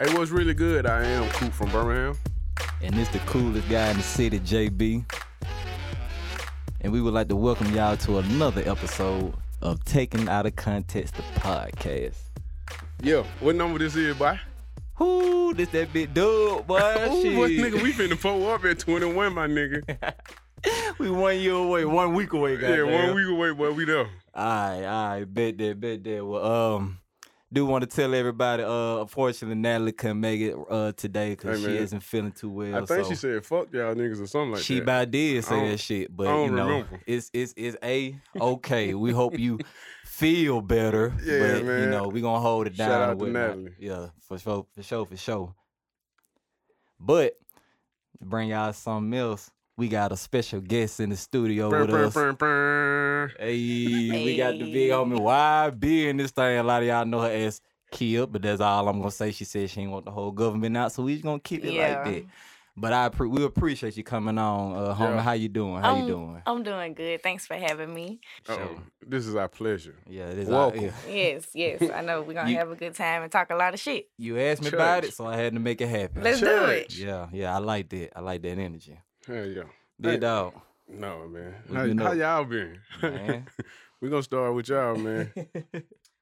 Hey, what's really good? I am Coop from Birmingham. and it's the coolest guy in the city, JB. And we would like to welcome y'all to another episode of Taking Out of Context the podcast. Yeah, what number this is, boy? Whoo, this that big dude, boy. Ooh, what, nigga, Shit. we finna pull up at 21, my nigga. we one year away, one week away, guys. yeah, one week away, boy, we there. All right, all right, bet that, bet that. Well, um, do want to tell everybody. Uh, unfortunately, Natalie couldn't make it uh today because Hey, she man. isn't feeling too well. I think so she said, fuck y'all niggas or something like she that. about did I say don't- that shit, but I don't you know, remember. it's it's it's a okay. We hope you feel better. Yeah, but, You man. know, we gonna hold it Shout down. out and to whatnot. Natalie. Yeah, for sure, for sure, for sure. But to bring y'all something else. We got a special guest in the studio Brr, with brr, us. brr, brr. Hey, we got the big Hey. homie YB in this thing. A lot of y'all know her as Kia, but that's all I'm gonna say. She said she ain't want the whole government out, so we just gonna keep it Yeah. like that. But I appre- we appreciate you coming on, uh, homie. Yeah. How you doing? How you Um, doing? I'm doing good. Thanks for having me. Uh-oh. This is our pleasure. Yeah, it is. Welcome. yeah. Yes, yes. I know we're gonna You- have a good time and talk a lot of shit. You asked me about Church. it, so I had to make it happen. Let's do it. Church. yeah, yeah, I like that. I like that energy. Hell yeah. Hey. Big dog, No, man. We How, been how up. y'all been? man. we gonna start with y'all, man.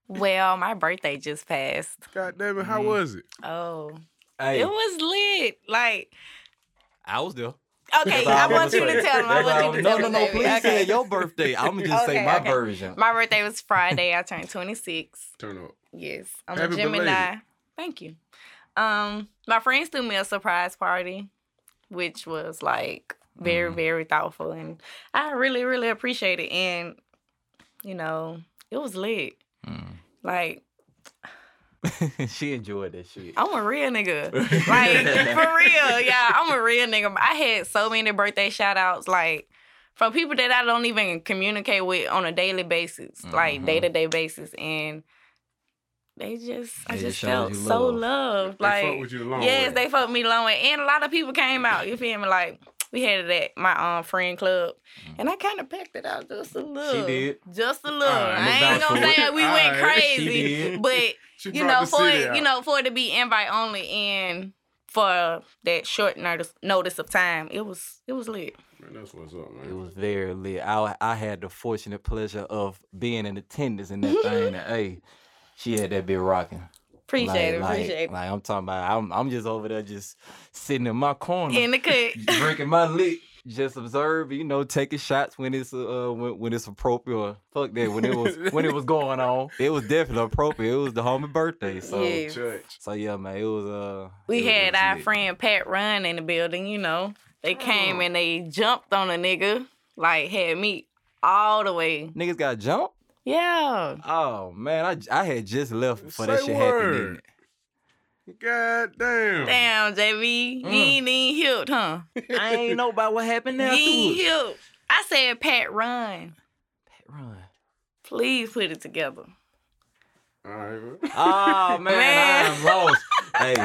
Well, my birthday just passed. God damn it, how Man. was it? Oh, hey, it was lit. Like, I was there. okay, That's all I I'm gonna want you say. to tell him. I That's all- want you to no, tell no, him. no, David. please say Okay. your birthday. I'm gonna just say Okay, my okay. version. My birthday was Friday. I turned 26. Turn up. Yes, I'm Happy a Gemini. Thank you. Um, my friends threw me a surprise party, which was like very, Mhm. very thoughtful, and I really, really appreciate it. And you know, it was lit. Like she enjoyed that shit. I'm a real nigga. Like for real, yeah, I'm a real nigga. I had so many birthday shout outs, like from people that I don't even communicate with on a daily basis, like Mhm. day to day basis, and they just, I They just just showed felt you so love. loved. They Like fuck with you the long yes, way. they fucked me long way, and a lot of people came out. You feel me? Like we had it at my um friend club, Mm-hmm. and I kind of packed it out just a little. did. just a little. Alright, no I ain't doubt gonna for it. say we went Alright, she crazy, did. but She you brought know the for city it, you out. know for it to be invite only and for that short notice notice of time, it was it was lit. Man, that's what's up, man. It was very lit. I I had the fortunate pleasure of being in attendance in that thing. And, hey, she had that bit rocking. Appreciate it, like, appreciate Like I'm talking about, I'm I'm just over there just sitting in my corner, it. In the cut. drinking my lick, just observing, you know, taking shots when it's uh when, when it's appropriate. Or fuck that, when it was when it was going on, it was definitely appropriate. It was the homie birthday, so Yeah. Church. so yeah, man, it was uh. it We was- it had was our lit. friend Pat Run in the building, you know. They came and they jumped on a nigga, like had me all the way. Niggas got jumped. Yeah. Oh man, I, j- I had just left for that Say shit happened. word. didn't it? God damn. Damn, JV, you Mm. ain't even helped, huh? I ain't know about what happened You now. ain't helped. I said, Pat, run. Run. Please put it together. All right, well. Oh man, Man. I'm lost. hey,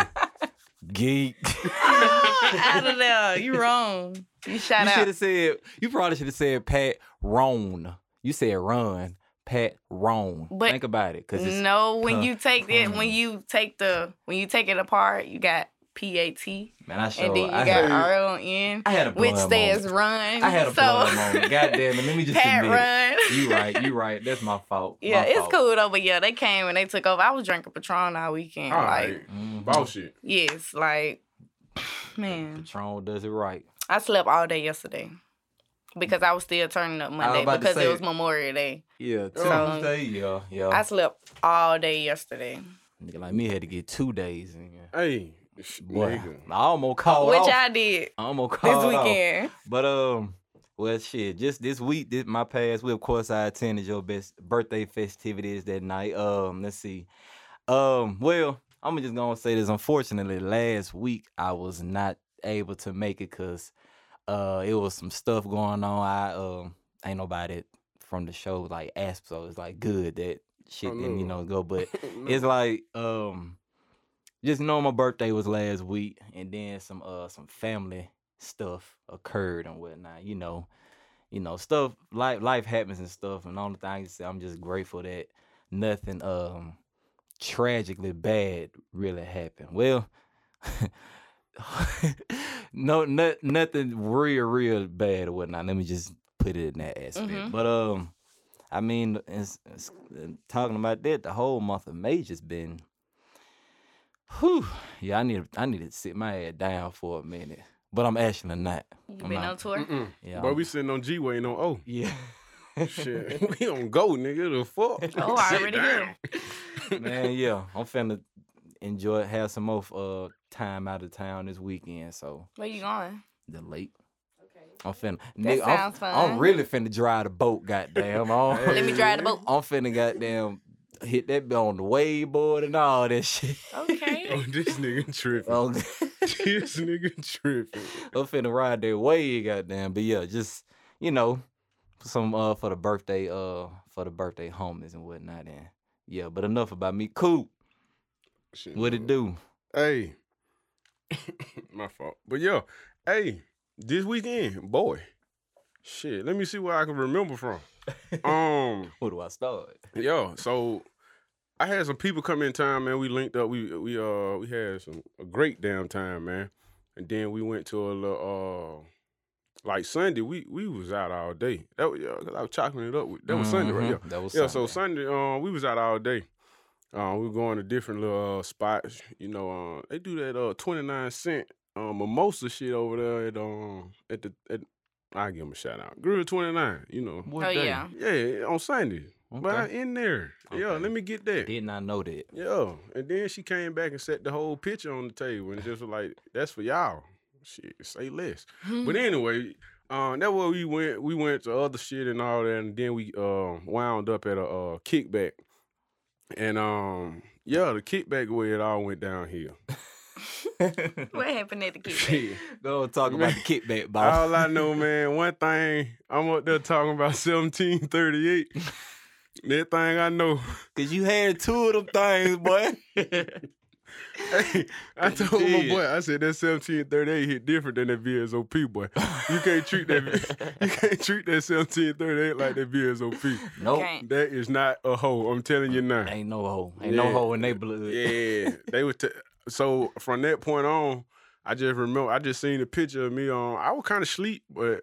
geek. Out of there. You wrong. You shot you should out. have said. You probably should have said Pat Roan. You said run, Pat Roan. But- Think about it, cause it's No, when Huh. you take that, Um, when you take the, when you take it apart, you got PAT, man. I and showed. then you I, got had, R on N, I had a which blood says moment. run. I had a so, blood moment. God damn it. Let me just Pat, admit. it. run. You right. You right. That's my fault. Yeah, my it's fault. cool though, but yeah, they came and they took over. I was drinking Patron all weekend. All like, right. Mhm. Boss shit. yes, like, man. Patron does it right. I slept all day yesterday because I was still turning up was Monday about to because say- Oh. it was Memorial Day. Yeah, So- Tuesday. Yeah, yeah. I slept all day yesterday, Nigga like me had to get two days. In. yeah. Hey, sh- Boy, nigga. I almost called Oh, which off. I did I almost called this off. weekend. But um, well, shit, just this week, this, my past week, of course, I attended your best birthday festivities that night. Um, let's see. Um, well, I'm just gonna say this. Unfortunately, last week I was not able to make it because uh, it was some stuff going on. I um, ain't nobody from the show like asked, so it's like good that shit didn't you no. know go, but. No. It's like um just knowing my birthday was last week and then some uh some family stuff occurred and whatnot, you know. You know, stuff life life happens and stuff and the only thing I can say I'm just grateful that nothing um tragically bad really happened? Well, no, no, nothing real, real bad or whatnot. Let me just put it in that aspect. Mhm. But um, I mean, it's, it's, talking about that, the whole month of May just been. Whew. Yeah, I need I need to sit my head down for a minute, but I'm actually not. You I'm been out. on tour? Mm-mm. Yeah, Boy, I'm- we sitting on G waiting on yeah. O. Shit, we on go, nigga. The fuck. Oh, I Sit already down. Man, yeah, I'm finna enjoy have some more uh time out of town this weekend. So Where you going? the late. I'm finna. That nigga, I'm- sounds fun. I'm really finna drive the boat. Goddamn. I'm, Let me drive the boat. I'm finna goddamn hit that bit on the wayboard and all that shit. Oh, Okay. this nigga tripping. I'm, This nigga tripping. I'm finna ride that wave. Goddamn. But yeah, just you know, some uh for the birthday uh for the birthday homies and whatnot. And yeah, but enough about me. Cool. Shit, What Mm-hmm. no. it do? Hey, my fault. But yo, hey, this weekend, boy, shit. Let me see where I can remember from. um, Where do I start? yo, so I had some people come in time, man. We linked up. We we uh we had some a great damn time, man. And then we went to a little uh like Sunday. We we was out all day. That was uh, 'cause I was chopping it up. With, that was Sunday, right? Mhm, Yeah. That was Yeah, so Sunday. Sunday, um, we was out all day. Uh, we were going to different little uh, spots. You know, uh, they do that uh twenty nine cent um mimosa shit over there at um at the at. I give them a shout out. Grill twenty nine. You know, What Oh, day? yeah. yeah, on Sunday, but I in there. Yeah, Okay. let me get that. Did not know that. Yeah, and then she came back and set the whole picture on the table and just was like, "That's for y'all." Shit, say less. But Mm-hmm. anyway, um, that way we went. We went to other shit and all that, and then we uh, wound up at a uh, kickback. And um, yeah, the kickback way it all went downhill. what happened at the kickback? Shit. Go and talk about the kickback, Bob. all I know, man, one thing I'm up there talking about 1738. that thing I know. Cause you had two of them things, boy. Hey, I Cause you told my did. boy, I said that seventeen thirty eight hit different than that VSOP boy. You can't treat that you can't treat that seventeen thirty eight like that VSOP. nope. Okay. That is not a hoe. I'm telling you now. Ain't no hole. Ain't Yeah. no hole in they blood. Yeah, they would. T- so from that point on, I just remember I just seen a picture of me on. I was kind of sleep, but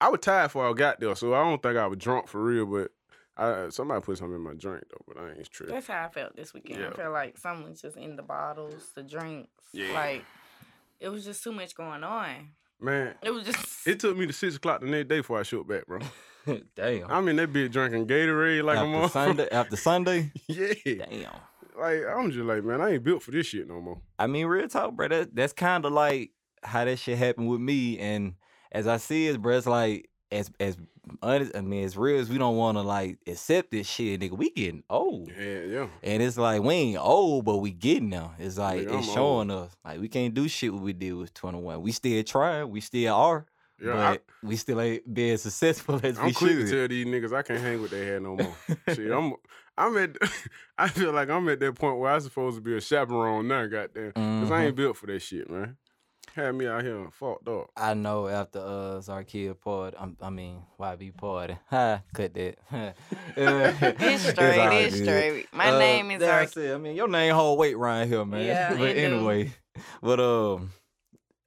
I was tired before I got there, so I don't think I was drunk for real. But I somebody put something in my drink though, but I ain't tripping. That's how I felt this weekend. Yeah. I felt like someone's just in the bottles, the drinks. Yeah. Like it was just too much going on. Man, It was just it took me to six o'clock the next day before I shook back, bro. Damn. I'm in that bitch drinking Gatorade like I'm after on. Sunday. After Sunday. yeah. Damn. Like, I'm just like, man, I ain't built for this shit no more. I mean, real talk, bro. That, that's kind of like how that shit happened with me. And as I see it, bro, it's like as as honest. I mean, as real as we don't want to like accept this shit, nigga. We getting old. Yeah, yeah. And it's like we ain't old, but we getting there. It's like Nigga, it's I'm showing us like we can't do shit what we did with twenty one. We still trying, we still are, Yeah, but we still ain't being successful as I, we am quick should. to tell these niggas I can't hang with their hair no more. shit, I'm, I'm at, I feel like I'm at that point where I'm supposed to be a chaperone now, goddamn. Because I Mhm. ain't built for that shit, man. Had me out here fucked up. I know after uh Zarkia part, I'm, I mean YB party. Ha, cut that. it's it's straight, all it's good. straight. My Uh, name is that's Ark. it. I mean, your name hold weight around here, man. Yeah, but it do. anyway, but um,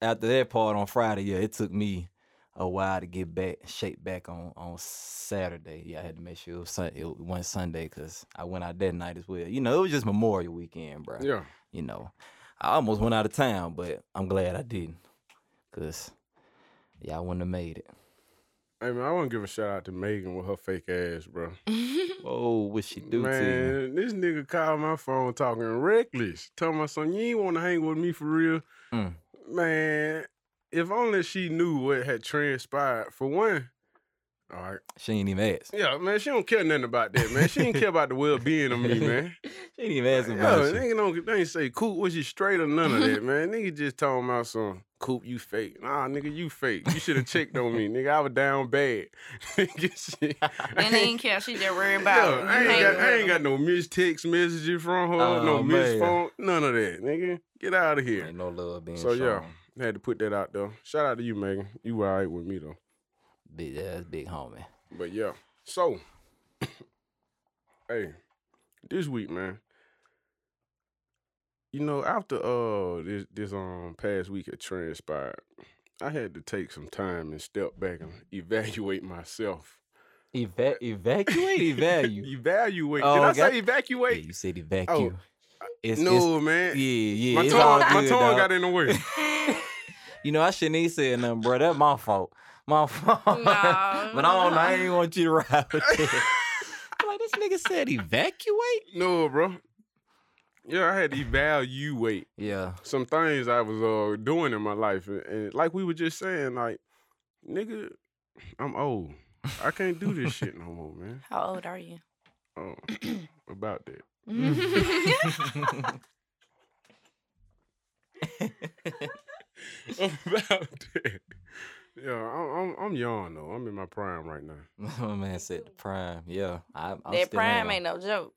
after that part on Friday, yeah, it took me a while to get back, shape back on on Saturday. Yeah, I had to make sure it was Sun- it wasn't Sunday because I went out that night as well. You know, it was just Memorial Weekend, bro. Yeah. You know, I almost went out of town, but I'm glad I didn't, cause yeah, I wouldn't have made it. Hey, man, I want to give a shout out to Megan with her fake ass, bro. Oh, what she do to you? Man, this nigga called my phone talking reckless. Tell my son, you ain't want to hang with me for real. Mm. Man, if only she knew what had transpired. For one, all right. She ain't even asked. Yeah, man, she don't care nothing about that, man. She ain't care about the well being of me, man. She ain't even asking Yo, about shit. nigga don't they ain't say Coop, was you straight or none of that, man? Nigga just talking about some Coop, you fake. Nah, nigga, you fake. You should have checked on me, nigga. I was down bad. Nigga, shit. I And they didn't care. She just worried Yo, about. you I ain't, hanging got, I with ain't got no missed text messages from her, no Oh, missed man. phone, none of that, nigga. Get out of here. Ain't no love being So, shown. yeah. Had to put that out though. Shout out to you, Megan. You were all right with me though. Big, that's big homie. But yeah. So, hey, this week, man, you know, after uh this this um past week had transpired, I had to take some time and step back and evaluate myself. Eva- evacuate, evaluate. Evaluate. Oh, Did I got- say yeah, evacuate? you said evacuate. it's, Oh, uh, no, man. it's, yeah, yeah. my it's tongue, all good, my tongue dog. got in the way. You know, I shouldn't even said nothing, bro. That's my fault. My fault. No. but I don't know. I ain't want you to ride with that. I'm like, this nigga said evacuate? no, bro. Yeah, I had to evaluate Yeah. some things I was uh doing in my life, and, and like we were just saying, like, nigga, I'm old. I can't do this shit no more, man. How old are you? Oh, about that. about that. Yeah, I'm, I'm I'm young though. I'm in my prime right now. My man said the prime. Yeah. I, I'm that still prime am. ain't no joke.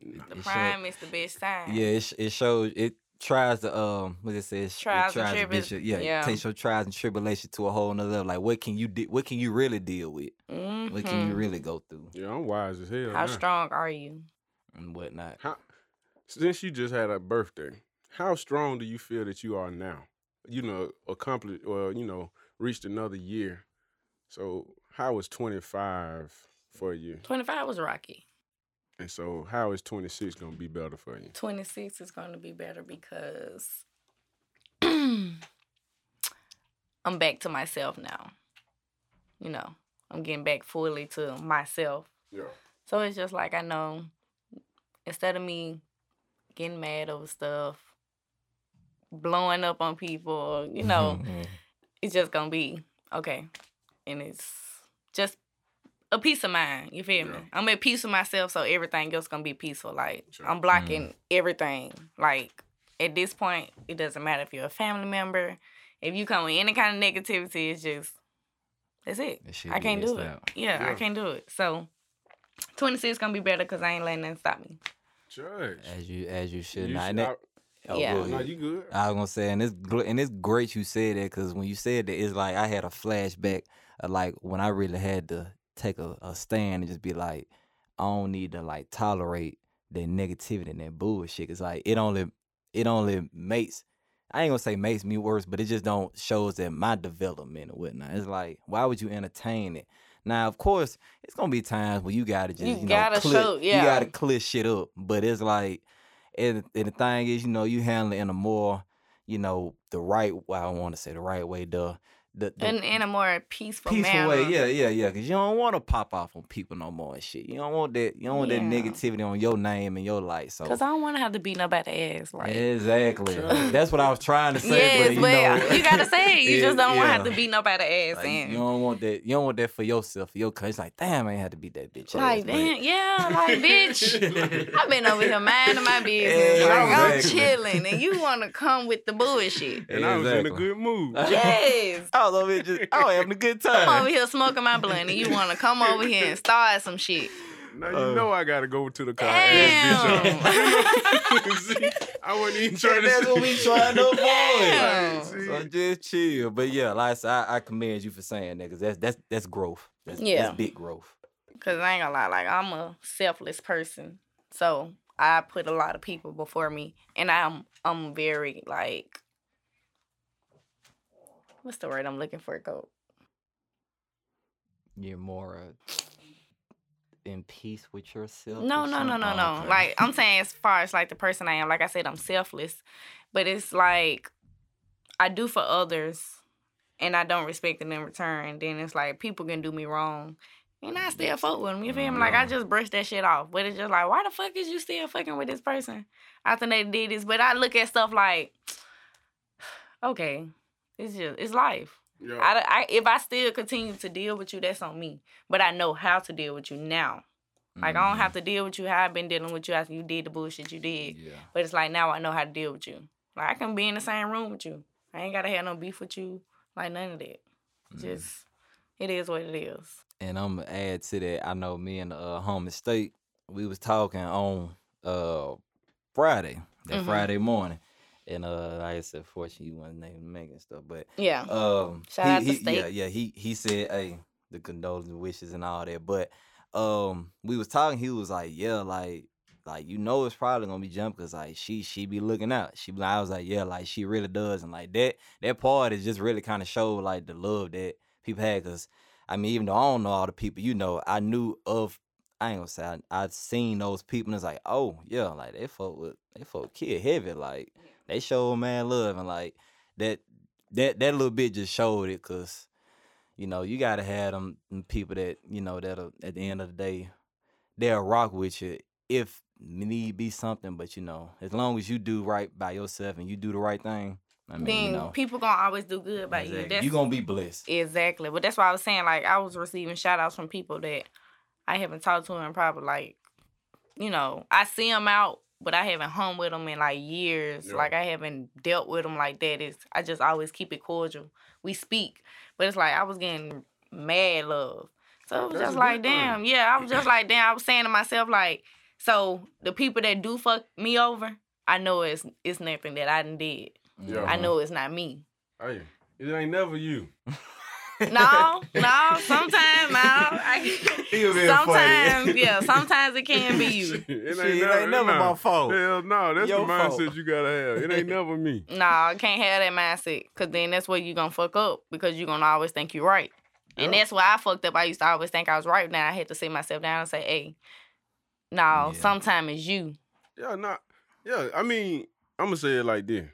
The It should- prime is the best time. Yeah, it, sh- it shows it tries to um what it says it Trials and to tribulations, get you- yeah, yeah. It takes your trials and tribulations to a whole nother level. Like what can you de- what can you really deal with? What can you Mhm. really go through Yeah, I'm wise as hell. now. How strong are you? and whatnot? How, since you just had a birthday, how strong do you feel that you are now? You know, accomplished or you know, reached another year. So how is 25 for you? 25 was rocky. And so how is 26 gonna be better for you? 26 is going to be better because I'm back to myself now. You know, I'm getting back fully to myself. Yeah. So it's just like I know instead of me getting mad over stuff, blowing up on people, you know, Mhm, it's just gonna be okay. And it's just a peace of mind. You feel me? Yeah. I'm at peace with myself, so everything else gonna be peaceful. Like Sure. I'm blocking Mm. everything. Like at this point, it doesn't matter if you're a family member, if you come with any kind of negativity, it's just that's it. That shit I can't is do it. out. Yeah, Yeah. I can't do it. So 26 gonna be better because I ain't letting nothing stop me. Judge. As you as you should You not. should- And that- oh, Yeah. go I- no, ahead. you good. I was gonna say, and it's gl- and it's great you said that because when you said that, it's like I had a flashback of like when I really had to take a, a stand and just be like, I don't need to like tolerate that negativity and that bullshit. It's like it only it only makes I ain't gonna say makes me worse, but it just don't shows that my development or whatnot. It's like why would you entertain it? Now, of course, it's gonna be times where you gotta just You you, know, gotta clear- show- you yeah. gotta clear shit up. But it's like and, and the thing is, you know, you handle it in a more, you know, the right. Well, I don't want to say the right way, the the, the In, in a more peaceful, peaceful manner. way. Yeah, yeah, yeah. Because you don't want to pop off on people no more and shit. You don't want that. You don't want that Yeah. negativity on your name and your life. So Cause I don't want to have to beat nobody's ass. Like, exactly, that's what I was trying to say. yes, but, but you, know, you gotta say it. You Yeah, just don't want to have yeah. to beat nobody's ass. like, in. you don't want that. You don't want that for yourself. For your cause, like damn, I ain't had to beat that bitch. ass, Like, but- damn, yeah, like, bitch. I've been over here minding my business. Yeah, like, I'm exactly. chilling, and you want to come with the bullshit. And I was in a Exactly. good mood. Yes. I was over here just, I was having a good time. I'm over here smoking my blunt, and you want to come over here and start some shit. Now you Uh, know I gotta go to the car. and ask bitch out. See, I wasn't even trying to. that's what we trying to avoid. Damn. See? So just chill, but yeah, like I said, I, I commend you for saying that because that's that's that's growth. That's, Yeah. that's big growth. Cause I ain't gonna lie, like I'm a selfless person, so I put a lot of people before me, and I'm I'm very like, what's the word I'm looking for? Go You're more uh, in peace with yourself. No, or no, no, something? no, Oh, no. okay. Like I'm saying, as far as like the person I am, like I said, I'm selfless, but it's like I do for others, and I don't respect it in return. Then it's like people can do me wrong, and I still fuck with them. You feel me? Like I Yeah. just brush that shit off. But it's just like, why the fuck is you still fucking with this person after they did this? But I look at stuff like, okay, it's just it's life. Yeah. I, I- if I still continue to deal with you, that's on me. But I know how to deal with you now. Like I don't have to deal with you how I've been dealing with you after you did the bullshit you did. Mm-hmm. Yeah. But it's like now I know how to deal with you. Like I can be in the same room with you. I ain't gotta have no beef with you. Like none of that. Mm. Just it is what it is. And I'm gonna add to that. I know me and uh, homie State, we was talking on uh Friday, that Mhm. Friday morning, and uh, like I said, fortunately, you wasn't able to make it and stuff, but Yeah. Um, Shout he- out to he, Yeah, State. yeah. He he said, "Hey, the condolence wishes and all that." But um, we was talking. He was like, "Yeah, like Like you know, it's probably gonna be jump because like she she be looking out. She be like, I was like, yeah, like she really does, and like that that part is just really kind of showed like the love that people had. Cause I mean, even though I don't know all the people, you know, I knew of. I ain't gonna say I, I seen those people and it's like, oh yeah, like they fuck with they fuck kid heavy, like they show man love and like that that that little bit just showed it, cause you know you gotta have them, them people that you know that at the end of the day they'll rock with you if need be something, but you know as long as you do right by yourself and you do the right thing, I mean then you know people gonna always do good by you. exactly, That's you gonna be blessed. Exactly. But that's why I was saying, like, I was receiving shout outs from people that I haven't talked to in probably like, you know, I see them out, but I haven't hung with them in like years. Yeah. Like, I haven't dealt with them like that. It's, I just always keep it cordial. We speak, but it's like I was getting mad love. So it was That's just a like, good thing. damn. Yeah, I was just like, damn. I was saying to myself, like, so the people that do fuck me over, I know it's it's nothing that I done did. Yeah. Mm-hmm. I know it's not me. Hey, it ain't never you. No, no. Sometimes I. You're I being funny. sometimes, yeah. Sometimes it can be you. it ain't Shit, it never, ain't never nah. my fault. Hell no, that's Your the fault. mindset you gotta have. It ain't never me. No, I can't have that mindset, cause then that's where you gonna fuck up, because you gonna always think you're right, and Yeah. that's why I fucked up. I used to always think I was right. Now I had to sit myself down and say, "Hey, no, Yeah. sometimes it's you." Yeah, not. Yeah, I mean, I'm gonna say it like this.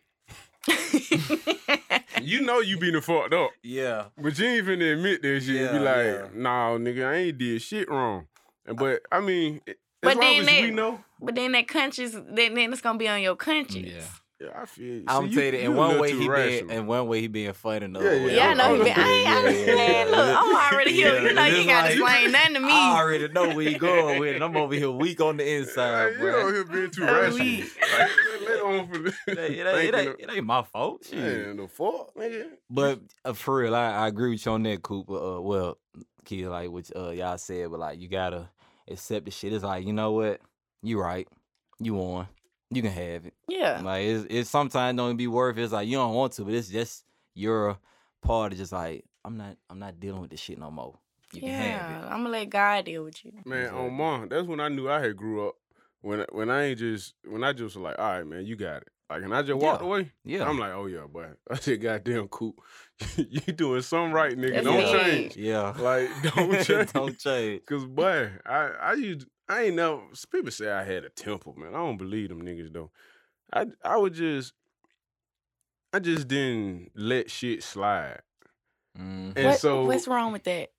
You know you been fucked up, Yeah. but you ain't finna admit that shit. and be Yeah, like, yeah. nah, nigga, I ain't did shit wrong. And But I mean, it- But as long then as that- we know, but then that conscience, then, then it's gonna be on your conscience. Yeah. yeah, I feel. I'm see, telling you, you a in one little way too he being, rational. in one way he being funny, in the Yeah, other way. yeah, Yeah, I I'm- know. I'm you been- gonna I ain't, I oh, Yeah, understand. yeah, Look, yeah. I'm already here. You know, It's you gotta like- explain nothing to me. I already know where you going with it. I'm over here weak on the Yeah, inside, you bro. out here being too So rational. we- Like, let on for the- It ain't, it ain't- it thinking ain't- it ain't my fault. of- shit. Man, the fuck, nigga. But uh, for real, I, I agree with you on that, Cooper. Uh, well, kid, like what uh, y'all said, but like you gotta accept the shit. It's like you know what, you right, you won, you can have it. Yeah. Like it's, it's sometimes don't be worth. it. It's like you don't want to, but it's just your part of just like I'm not I'm not dealing with this shit no more. You can have Yeah, I'm gonna let God deal with you. Man, Exactly. on mine, that's when I knew I had grew up. When when I ain't just when I just was like, all right, man, you got it. Like, and I just walked Yeah. away. it. Yeah. I'm like, oh yeah, boy, I said, goddamn, cool. you doing something right, nigga. That's don't it. change. yeah. Like, don't change. don't change. Cause boy, I I used I ain't never. People say I had a temper, man. I don't believe them niggas though. I I would just. I just didn't let shit slide, Mm, and What- so what's wrong with that?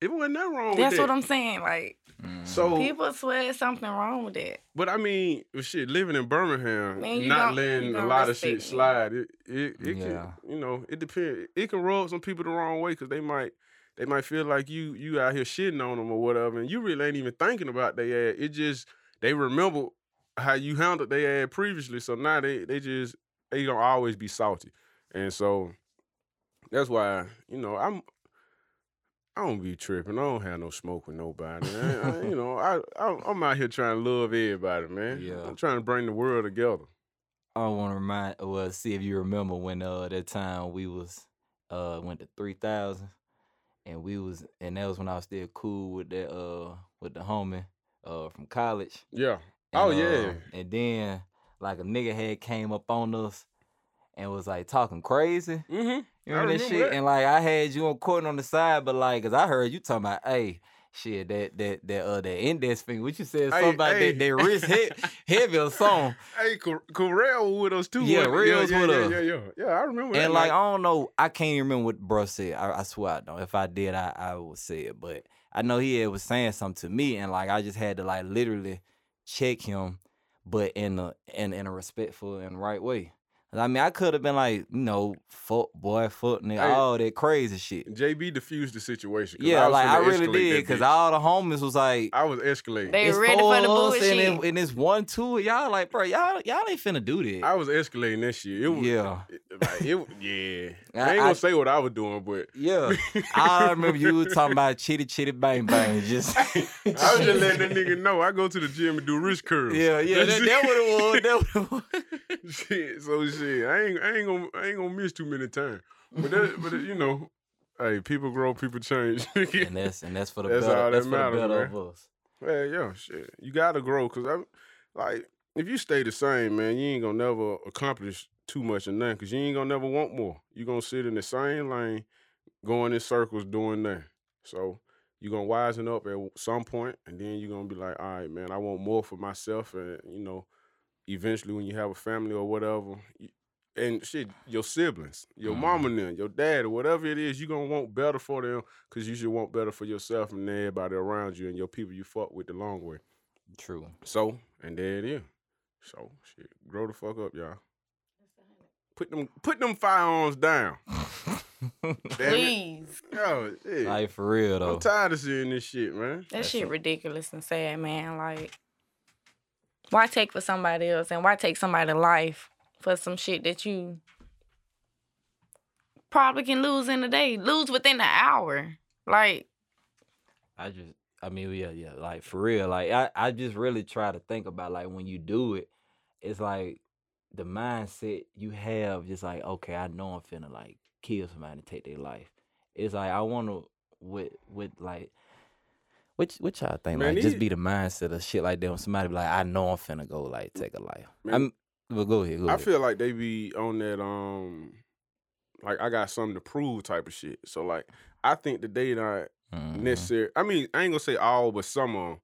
it wasn't that wrong. That's with what that. I'm saying. Like mm. So people swear it's something wrong with that. But I mean, shit, living in Birmingham, Man, you not don't- you letting a don't lot of respect shit me. slide, it it, it Yeah. can you know it depends. It can rub some people the wrong way because they might they might feel like you you out here shitting on them or whatever, and you really ain't even thinking about their ass. It just they remember how you handled their ass previously, so now they they just they gonna always be salty, and so that's why you know I'm. I don't be tripping. I don't have no smoke with nobody. I- I- you know, I, I I'm out here trying to love everybody, man. Yeah. I'm trying to bring the world together. I want to remind, well, see if you remember when uh that time we was uh went to three thousand, and we was, and that was when I was still cool with that uh with the homie uh from college. Yeah. And, Oh, uh, yeah. and then like a nigga had came up on us and was like talking crazy. Mm-hmm. You I remember that remember shit? that. And like I had you on court on the side, but like, cause I heard you talking about, hey, shit, that that that uh that index finger. What you said Hey, something about hey. that that wrist hit heavy or something. Hey, Cor- Correll was with us too. Yeah, wasn't he? Real was yeah, with yeah, us. Yeah, yeah, yeah. I remember. that And like night. I don't know, I can't even remember what bro said. I, I swear I don't. If I did, I, I would say it. But I know he had was saying something to me, and like I just had to like literally check him, but in a in in a respectful and right way. 'Cause I mean, I could have been like, you know, fuck boy, fuck nigga, Hey. all that crazy shit. JB diffused the situation. 'cause Yeah, was like I finna really escalate did, that cause bitch. all the homies was like, I was escalating. They it's ready for the four of us and, bullshit. it- and it's one two, and y'all like, bro, y'all y'all ain't finna do that. I was escalating that shit. It was, yeah, it- like, it, yeah. I- I ain't I- gonna say what I was doing, but yeah. I remember you were talking about chitty chitty bang bang. Just I was just letting that nigga know I go to the gym and do wrist curls. Yeah, yeah, that, that what it was. That what it was. shit, so shit. I ain't, I ain't gonna, I ain't gonna miss too many times. But that, but you know, hey, people grow, people change. and that's and that's for the That's better. all that That's for the matters, better man. of us. Hey, yeah, shit. You gotta grow, cause I'm like, if you stay the same, man, you ain't gonna never accomplish too much of nothing, cause you ain't gonna never want more. You gonna sit in the same lane, going in circles, doing nothing. So you gonna wisen up at some point, and then you gonna be like, all right, man, I want more for myself, and you know, eventually when you have a family or whatever. You, and shit, your siblings, your Mhm. mama, and them, your dad, or whatever it is, you gonna want better for them because you should want better for yourself and everybody around you and your people you fuck with the long way. True. So, and there it is. So, shit, grow the fuck up, y'all. Put them, put them firearms down. Damn it. Please. Yo, shit. like for real though. I'm tired of seeing this shit, man. That That's shit a- ridiculous and sad, man. Like, why take for somebody else and why take somebody's life for some shit that you probably can lose in a day, lose within an hour? Like, I just, I mean, yeah, yeah, like for real. Like I, I just really try to think about like when you do it, it's like the mindset you have, just like okay, I know I'm finna like kill somebody and take their life. It's like I want to with with like. Which which y'all think Man, like just these- be the mindset of shit like that when somebody be like I know I'm finna go like take a life. Man, I'm well go ahead. Go I ahead. feel like they be on that um, like I got something to prove type of shit. So like, I think that they not Mhm. necessary. I mean, I ain't gonna say all, but some of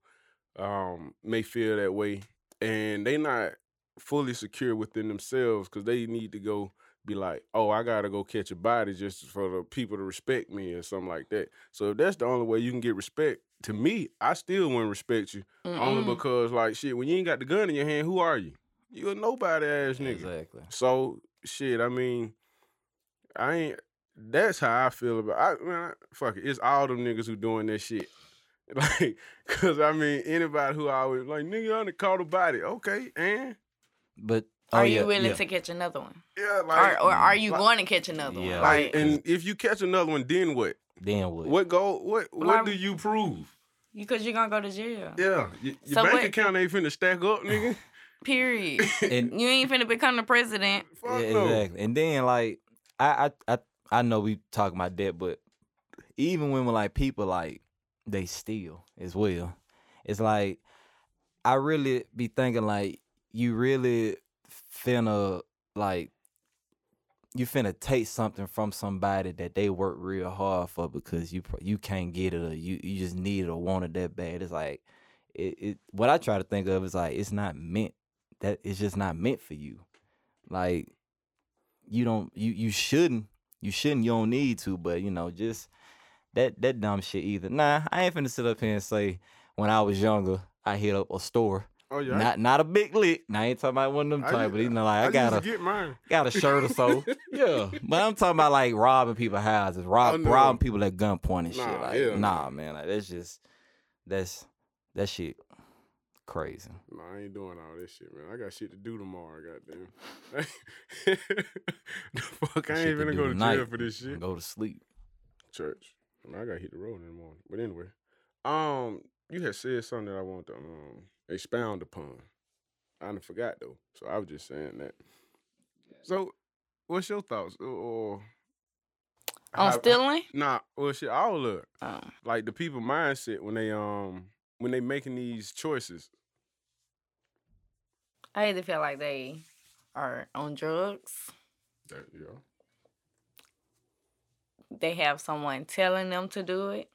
'em, um may feel that way, and they not fully secure within themselves because they need to go be like, oh, I gotta go catch a body just for the people to respect me or something like that. So if that's the only way you can get respect, to me, I still wouldn't respect you only mm-mm. because like shit, when you ain't got the gun in your hand, who are you? You a nobody ass nigga. Exactly. So shit, I mean, I ain't. That's how I feel about. I man, I- fuck it. It's all them niggas who doing that shit. Like, cause I mean, anybody who always like nigga, I done caught a body. Okay, and But are oh, you yeah, willing yeah. to catch another one? yeah, like, Or, or are you like- going to catch another Yeah. one? like, Like, and if you catch another one, then what? Then what? What go? What? What Like- do you prove? because you're going to go to jail. Yeah, y- your So bank what- account ain't finna stack up, nigga. Period. And you ain't finna become the president. Fuck Yeah, no. Exactly. And then like I I I, I know we talking about that, but even when we're like people like they steal as well. It's like I really be thinking like you really finna like you finna take something from somebody that they work real hard for because you pro- you can't get it or you, you just need it or want it that bad. It's like it, it what I try to think of is like it's not meant that it's just not meant for you. Like you don't you you shouldn't you shouldn't you don't need to but you know just that that dumb shit either nah i ain't finna sit up here and say when i was younger i hit up a store Oh yeah. I- not not a big lick now i ain't talking about one of them I type ju- but you know like i, I, got used a to get mine. got a shirt or so yeah but i'm talking about like robbing people houses rob Oh, no. robbing people at gunpoint and shit Nah, like hell no. nah man like that's just that's that shit crazy No, I ain't doing all this shit, man. I got shit to do tomorrow, goddamn. the fuck, That I shit ain't to finna do go to jail tonight. for this shit. go to sleep Church. I, mean, I gotta hit the road in the morning. But anyway, um, you had said something that I want to um expound upon. I done forgot though, so I was just saying that. So, what's your thoughts or, or how- On stealing? Nah, well, shit, all of it. Oh. like the people mindset when they um when they making these choices. I either feel like they are on drugs, That, yeah. they have someone telling them to do it,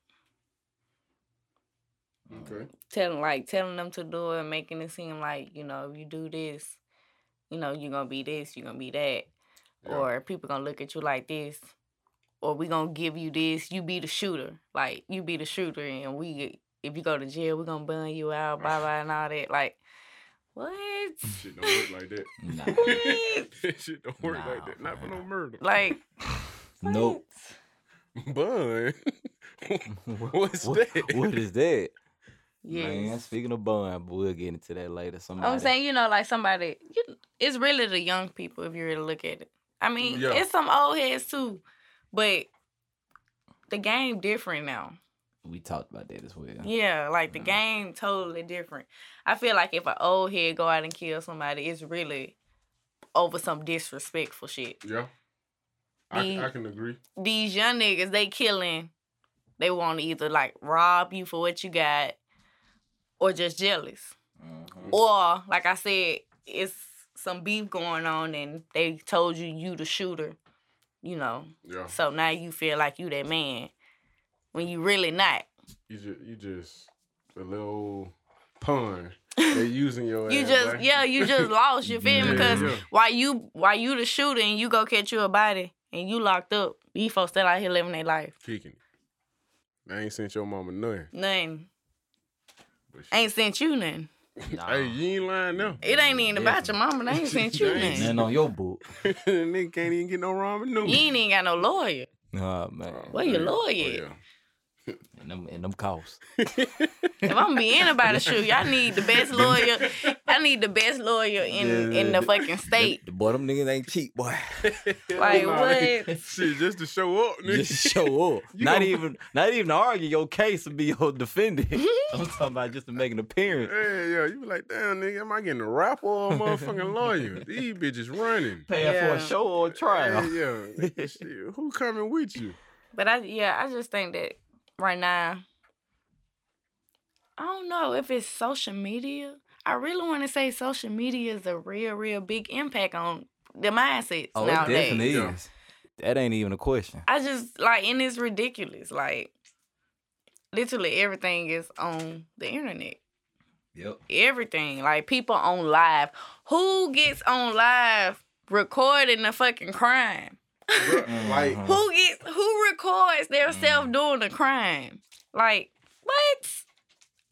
Mm-hmm. Okay. telling like telling them to do it, making it seem like you know if you do this, you know you're gonna be this, you're gonna be that, Yeah. or people gonna look at you like this, or we gonna give you this, you be the shooter, like you be the shooter, and we if you go to jail, we're gonna bun you out, bye bye, and all that. Like what? Shit don't work like that. nah. that shit don't work like Nah, that. Not for no man. murder. like nope what? Bun. What- What's what- that? What is that? Yes. Man, speaking of bun, we'll get into that later. Somebody, I'm saying, you know, like somebody, you, it's really the young people if you really look at it. I mean, Yeah. it's some old heads too, but the game different now. we talked about that as well. Yeah, like the Yeah. game totally different. I feel like if an old head go out and kill somebody, it's really over some disrespectful shit. Yeah. I, c- The- I can agree. These young niggas, they killing. They want to either like rob you for what you got, or just jealous. Mm-hmm. Or like I said, it's some beef going on and they told you you the shooter, you know. Yeah. So now you feel like you that man when you really not. You just you just a little pun. They're using your You ass, just boy. yeah, you just lost. You feel me? Yeah, Because yeah. why you why you the shooter and you go catch you a body and you locked up. These folks still out here living their life. kicking it. I ain't sent your mama nothing. Nothing. but she- Ain't sent you nothing. Hey, you ain't lying now. It ain't even about your mama. They ain't sent you Dang. nothing. Nothing on your book. nigga can't even get no ramen You noodles. ain't even got no lawyer. Nah, man. Where your lawyer yeah. Oh, And them, and them costs. If I'm gonna be anybody shoot, y'all need the best lawyer. I need the best lawyer in in the fucking state. The boy, them niggas ain't cheap, boy. Like Nah, what? Shit, just to show up, nigga. Just show up. You not gonna- even, not even argue your case and be your defendant. I'm talking about just to make an appearance. Yeah, yeah. You be like, damn, nigga, am I getting a rap or a motherfucking lawyer? These bitches running. Paying for a Yeah. show or a trial. Yeah, yeah. Nigga, shit, who coming with you? But I yeah, I just think that right now, I don't know if it's social media. I really want to say social media is a real, real big impact on the mindsets Oh, it nowadays. definitely Yeah. is. That ain't even a question. I just like, and it's ridiculous. Like, literally everything is on the internet. Yep. Everything. Like people on live. Who gets on live recording the fucking crime? Bruh, like, Mhm. Who gets who records their Mm. self doing a crime? Like, what?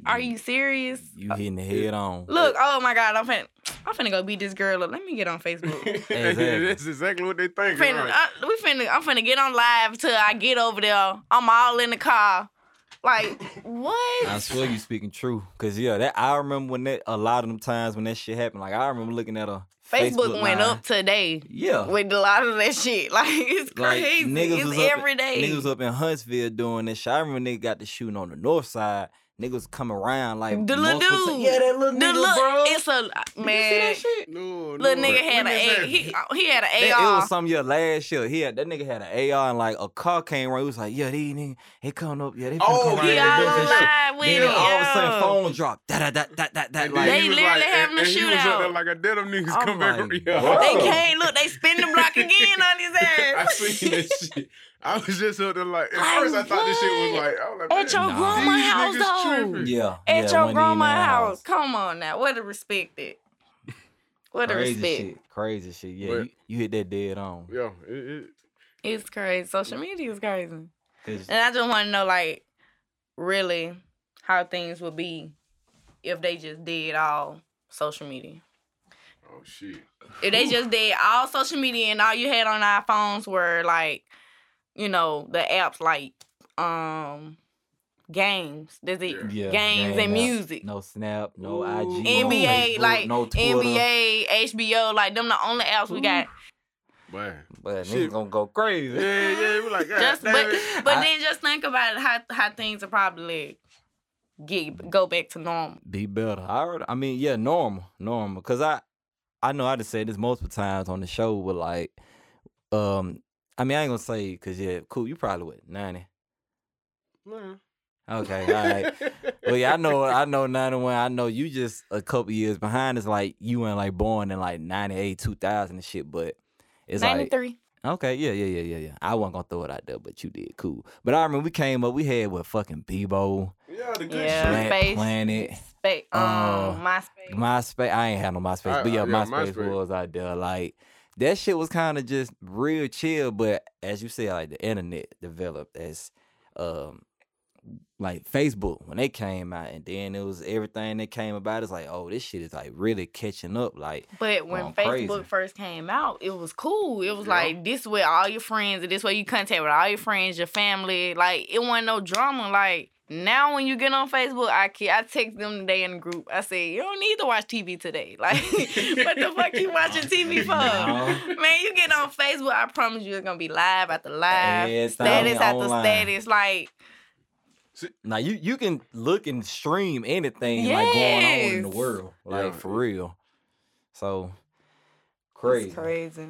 Are you serious? You hitting the head on. Look, oh my god, I'm finna I'm finna go beat this girl up. Let me get on Facebook. Exactly. Mm-hmm. that's exactly what they think. Finna, I, we finna I'm finna get on live till I get over there. I'm all in the car. Like, what? I swear you speaking true. Cause yeah, that I remember when that a lot of them times when that shit happened. Like I remember looking at a Facebook, line. went up today Yeah. with a lot of that shit. Like it's crazy. it's up, every day. Niggas was up in Huntsville doing this shit. I remember nigga got the shooting on the north side. Niggas coming around like The little multiple dude. ti- Yeah, that little the nigga, look, bro. it's a man. No, Little no. nigga When this had an A. happened? He, uh, he had That- an it AR. was some year last year. He had that nigga had an AR and like a car came around. He was like, yeah, these niggas, they coming up. Yeah, they finna Oh, come around he He and all do this and shit. alive with Then it. all of a yeah. sudden, phone drop. Da da da da da da. And then Like, They he was literally having and- a and he was up shootout. Oh there Like a dead them niggas I'm come back. like, yeah. bro. They can't look. They spin the block again on his I ass. seen that shit. I was just up there like. At Like, first, I thought this shit was what? like. I was like, At your man, Nah. grandma these house niggas though. tripping. yeah. At yeah, your wasn't even in grandma that house. Come on now. What a respect it. What a Crazy respect. shit. Crazy shit. Yeah, But- you, you hit that dead on. Yeah, it, it, It's crazy. Social media is crazy. And 'Cause- I just want to know, like, really how things would be if they just did all social media. oh shit. If they just did all social media and all you had on iPhones were like, you know, the apps like um games. There's it Yeah. Yeah, games game up. and music. No snap, no Ooh. IG, NBA, no Facebook, like no Twitter. NBA, HBO, like them the only apps we got. Mm-hmm. Man. But Shit. niggas gonna go crazy. Yeah, yeah. We're like, God Just damn but it. but I- then just think about it, how how things are probably get go back to normal. Be better. I already, I mean, yeah, normal, normal. Cause I, I know I just said this multiple times on the show, but like, um, I mean, I ain't gonna say cause yeah, cool. You probably what ninety. Man. Okay, all right. well, yeah, I know, I know ninety one. I know you just a couple years behind. It's like you weren't like born in like ninety eight, two thousand and shit. But it's Ninety like three. Okay, yeah, yeah, yeah, yeah, yeah. I wasn't gonna throw it out there, but you did cool. But I remember we came up, we had what fucking Bebo, Yeah, the good Yeah. shit. Black Space. Planet, Spa- Uh, um, MySpace. MySpace. I ain't had no MySpace, I- uh, but yeah, yeah, MySpace, MySpace. was out there. Like that shit was kind of just real chill, but as you said, like the internet developed as, um, like Facebook when they came out, and then it was everything that came about. It's like, oh, this shit is like really catching up. Like, But Going when Facebook crazy. first came out, it was cool. It was Yeah. like this way all your friends, and this way you contact with all your friends, your family. Like it wasn't no drama. Like now when you get on Facebook, I ki- I text them today in the group. I say you don't need to watch TV today. Like what the fuck you watching TV for? no. Man, you get on Facebook, I promise you it's gonna be live after live, Everything status after online. status. Like Now you you can look and stream anything like going on in the Yes. world, like Yeah. for real. So crazy. it's crazy.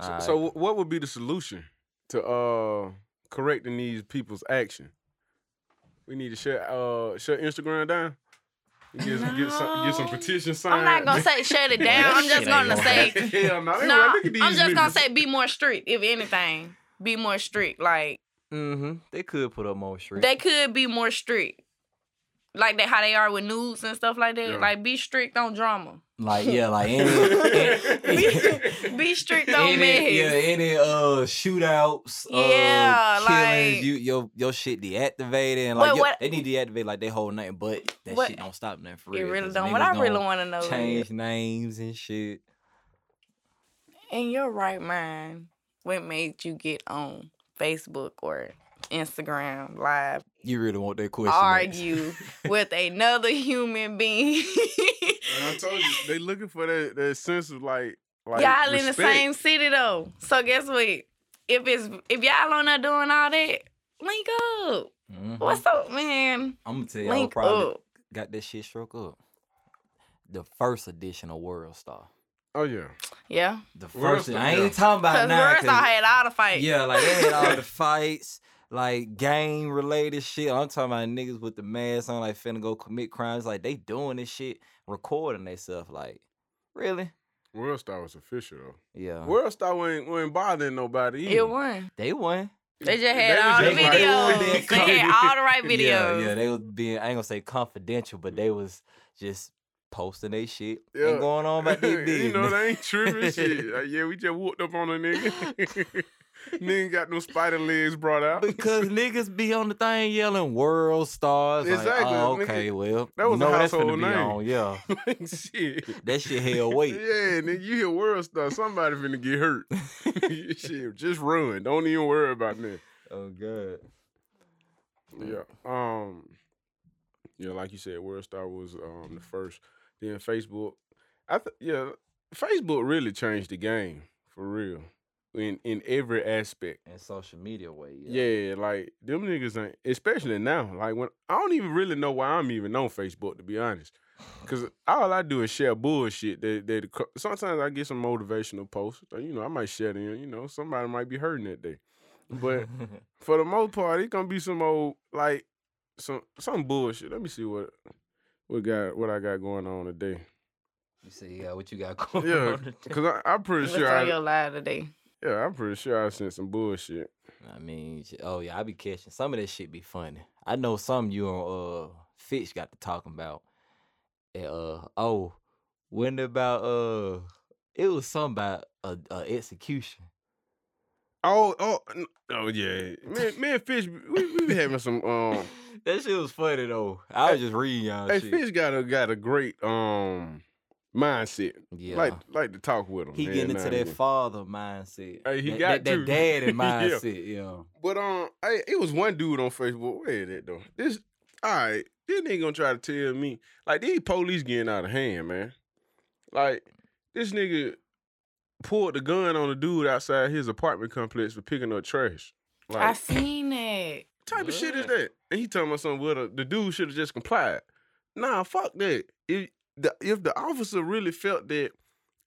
So, Alright. so wh- what would be the solution to uh correcting these people's action? We need to shut uh shut Instagram down. Get some, get some, get some No. petition signed. I'm not gonna say shut it down. I'm just Shit ain't gonna gonna say Hell no, they no. like, look at these I'm just gonna niggas. say be more strict. If anything, be more strict. Like Mm-hmm. They could put up more shrimp. they could be more strict, like that how they are with nudes and stuff like that. Yeah. Like be strict on drama. like yeah, like any, Be strict on any men. yeah, any uh shootouts, Yeah, uh, killings, like- you your your shit deactivated and like What- yo- what- they need to deactivate like they whole nothing, but that What- shit don't stop nothing for It real. really 'cause don't. What niggas I really gonna want to know is, change names and shit. in your right mind, what made you get on Facebook or Instagram Live You really want that question? answered. argue with another human being? And I told you, they looking for that, that sense of like, like y'all in the respect. same city though, so guess what? If it's if y'all on there doing all that, link up. Mhm. What's up, man? I'm gonna tell y'all Link probably up. got that shit struck up. The first edition of World Star. Oh yeah, Yeah, The World first, Star, I ain't yeah. talking about because now. World Star had all the fights. Yeah, like they had all the fights, like gang related shit. I'm talking about niggas with the mask on, like finna go commit crimes. Like they doing this shit, recording themselves. Like, really? World Star was official though. Yeah. World Star wasn't, wasn't bothering nobody. Either. It won. They won. They just They had was all the just like- videos. They They had all the right videos. Yeah, yeah. They was being I ain't gonna say confidential, but they was just posting they shit Yeah. and going on about their business. you know, they ain't tripping shit. Like, yeah, we just whooped up on a nigga. nigga got no spider legs brought out. because niggas be on the thing yelling world stars. Like, Exactly, oh, nigga. okay, well, That was you a know that's finna household be name. on. Yeah, Like, shit. that shit held weight. Yeah, nigga, you hear World Star, somebody finna get hurt. shit, just run. Don't even worry about that. Oh god. Yeah. Um. Yeah, like you said, World Star was um the first. Then Facebook. I th- yeah, Facebook really changed the game for real in in every aspect. And social media way. Yeah. like them niggas ain't, especially now. Like when I don't even really know why I'm even on Facebook to be honest, because all I do is share bullshit. That that co- sometimes I get some motivational posts. or, You know, I might share them. You know, somebody might be hurting that day, but for the most part, it's gonna be some old like some some bullshit. Let me see what what got what I got going on today. you see, yeah, what you got going Yeah, on? today? Cause I, I'm pretty What's sure. on I, your live today? yeah, I'm pretty sure I sent some bullshit. I mean, sh- oh yeah, I be catching some of that shit. Be funny. I know some you and uh Fitch got to talking about. And, uh oh, when about uh it was something about a, a execution. Oh, oh, n- oh yeah. Man, man, Fish, we we be having some. Um, that shit was funny though. I was just reading y'all hey, Oh, shit. Fish got a got a great um mindset. yeah, Like like to talk with him. he man, getting now into and that then. father mindset. Hey, he that, got that, that to. daddy Yeah. mindset. yeah. But um, I, it was one dude on Facebook. Where is that though? This all right. This nigga gonna try to tell me like these police getting out of hand, man. Like this nigga pulled the gun on a dude outside his apartment complex for picking up trash. Like I what seen it. type of shit is What? that? And he talking about something. Well, the, the dude should have just complied. Nah, fuck that. If the if the officer really felt that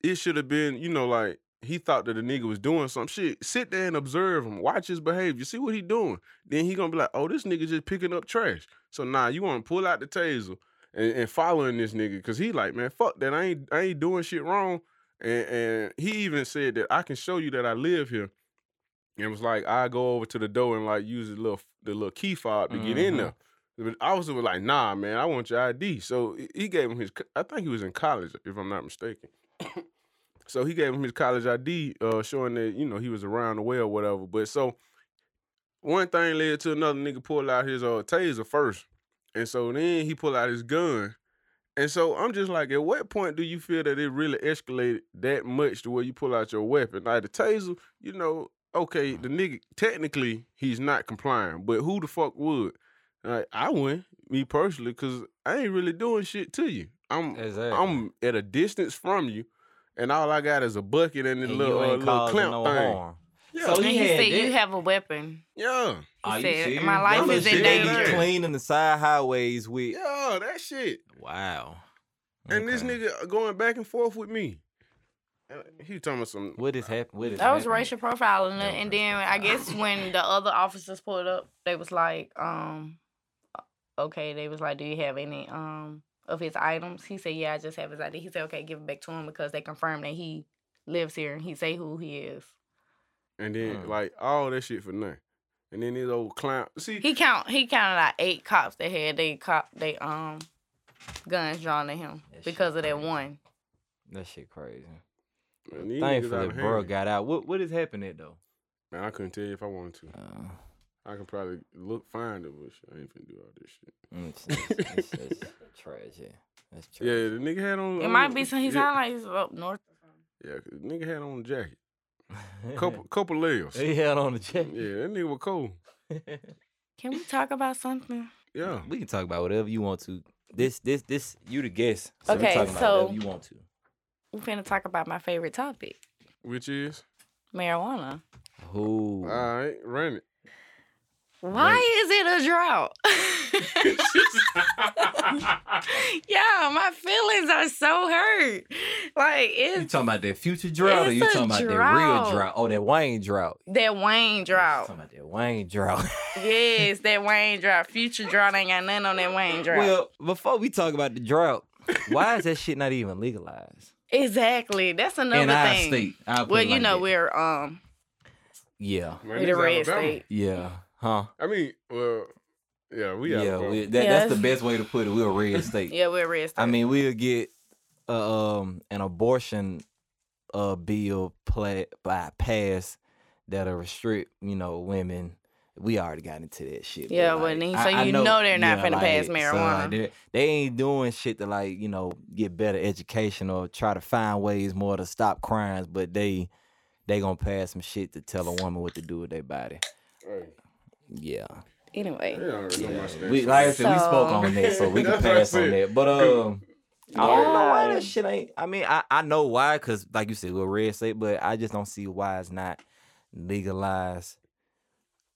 it should have been, you know, like he thought that the nigga was doing some shit. Sit there and observe him. Watch his behavior. See what he doing. Then he gonna be like, oh, this nigga just picking up trash. So nah, you wanna pull out the taser and, and following this nigga. Cause he like, man, fuck that. I ain't I ain't doing shit wrong. And and he even said that I can show you that I live here. And it was like I go over to the door and like use the little the little key fob to get in Mhm. there. The officer was like, "Nah, man, I want your ID." So he- he gave him his. co- I think he was in college, if I'm not mistaken. so he gave him his college ID, uh, showing that you know he was around the way or whatever. But so one thing led to another. Nigga pulled out his uh, taser first, and so then he pulled out his gun. And so I'm just like, at what point do you feel that it really escalated that much to where you pull out your weapon? Like the taser, you know, okay, the nigga technically he's not complying, but who the fuck would? Like I wouldn't, me personally, because I ain't really doing shit to you. I'm Exactly. I'm at a distance from you, and all I got is a bucket and a And little, you uh, ain't little causing clamp no thing. harm. Yeah, So And he had said that. you have a weapon. yeah, He Are you said, serious? "My life Them is shit in They danger." be cleaning the side highways with. yeah, that shit. Wow. And this Okay. nigga going back and forth with me. And He talking about some. What is happening? What is That was happening? racial profiling, That was and racial then I profiling. guess when the other officers pulled up, they was like, um, okay, they was like, do you have any um of his items. He said, "Yeah, I just have his ID." He said, "Okay, give it back to him because they confirmed that he lives here. He say who he is. And then Mm. like all that shit for nothing. And then these old clown. See, He count he counted out eight cops that had they cop they um guns drawn at him That shit because of that crazy. one. That shit crazy. man, these niggas out Thankfully, of bro hand. got out. What what is happening though? Man, I couldn't tell you if I wanted to. Uh, I can probably look find it, but shit, I ain't finna do all this shit. it's, it's, it's, it's tragic. That's tragic. Yeah, the nigga had on. It on- might be some. He yeah, sounded like he's up north. yeah, 'cause the nigga had on a jacket, couple couple layers. Yeah, He had on the check. that nigga was cold. Can we talk about something? Yeah, We can talk about whatever you want to. This this this you the guest. we Okay, talking about whatever so- you want to. We're finna talk about my favorite topic, which is marijuana. Who? all right. Run it. Why is it a drought? yeah, my feelings are so hurt. Like you it's talking about that future drought or it's you a talking about that drought. real drought? Oh, that Wayne drought. that Wayne drought. Talking about that Wayne drought. Yes, that Wayne drought. Future drought ain't got nothing on that Wayne drought. well, before we talk about the drought, why is that shit not even legalized exactly. That's another in our thing. state? I'll put Well, it you like know that. we're um yeah, Man, we're this the red Alabama. state. yeah, huh? I mean, well, yeah, we yeah, Alabama. we, that, Yeah. that's the best way to put it. We're a red state. Yeah, we're a red state. I mean, we'll get uh, um an abortion uh bill pla- by pass that'll restrict you know women. We already got into that shit. but, Yeah, well, then- so you know they're not finna pass so, marijuana. they're- they ain't doing shit to like you know get better education or try to find ways more to stop crimes, but they they gonna pass some shit to tell a woman what to do with their body. Hey, Yeah, they anyway. already know my stance. we like I said, we spoke So- on that, so we can That's what I pass on said. that. But um. I don't know why Why? that shit ain't. I mean, I, I know why, cause like you said, we're a red state, but I just don't see why it's not legalized.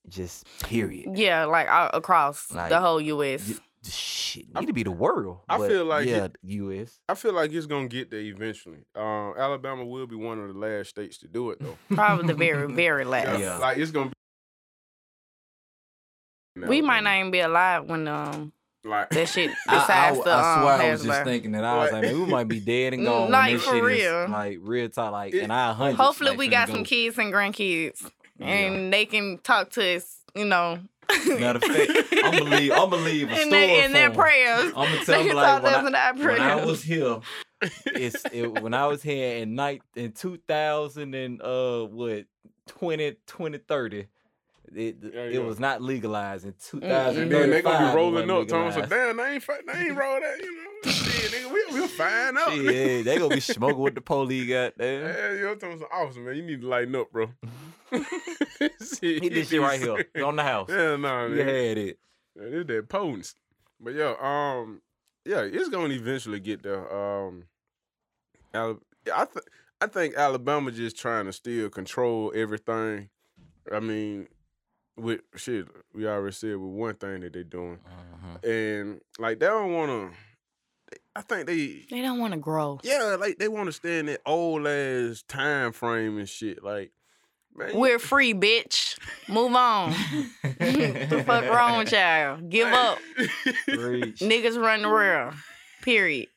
Just period. Yeah, like uh, across Like, the whole U.S. y- Shit, need to be the world. I but feel like yeah, U.S. I feel like it's gonna get there eventually. Um, Alabama will be one of the last states to do it though. Probably the very, very last. Yeah. like it's gonna be. We might Alabama. not even be alive when um like that shit decides I, I, to I um, swear, I pass was just by. thinking that I was like, Like- man, we might be dead and gone. when Like, this for shit is, real. like real talk, like It- and I hundred. Hopefully, like, we finna got go. some kids and grandkids, Yeah. and they can talk to us. You know, Matter of fact, I'm believe. I'm believe a in, story their, in their for 'em. prayers. I'm gonna tell They them can like talk to when us I, in our when I was prayers. here, it's it, when I was here in night in 2000 and uh what 20 2030 it Yeah, it yeah. was not legalized in And 2035. then they gonna it be rolling wasn't up, Tom. So legalized. damn, they ain't, fi- they ain't roll that, you know. Shit, nigga, we we'll find out. Shit, yeah, they gonna be smoking with the police got there. Yeah, yo, Tom's awesome, man. You need to lighten up, bro. Shit, Hit this shit right here. It's on the house. Yeah, nah, You man. had it. Yeah, this that potence. But yeah, um, yeah, it's gonna eventually get there. Um, Ala- I th- I think Alabama just trying to still control everything. I mean, with shit, we already said with one thing that they're doing, Mhm. and like they don't want to. I think they They don't want to grow. yeah, like they want to stay in that old ass time frame and shit. Like, man, you- We're free, bitch. Move on. the fuck wrong with y'all? Give up. Preach. Niggas run the world. Period.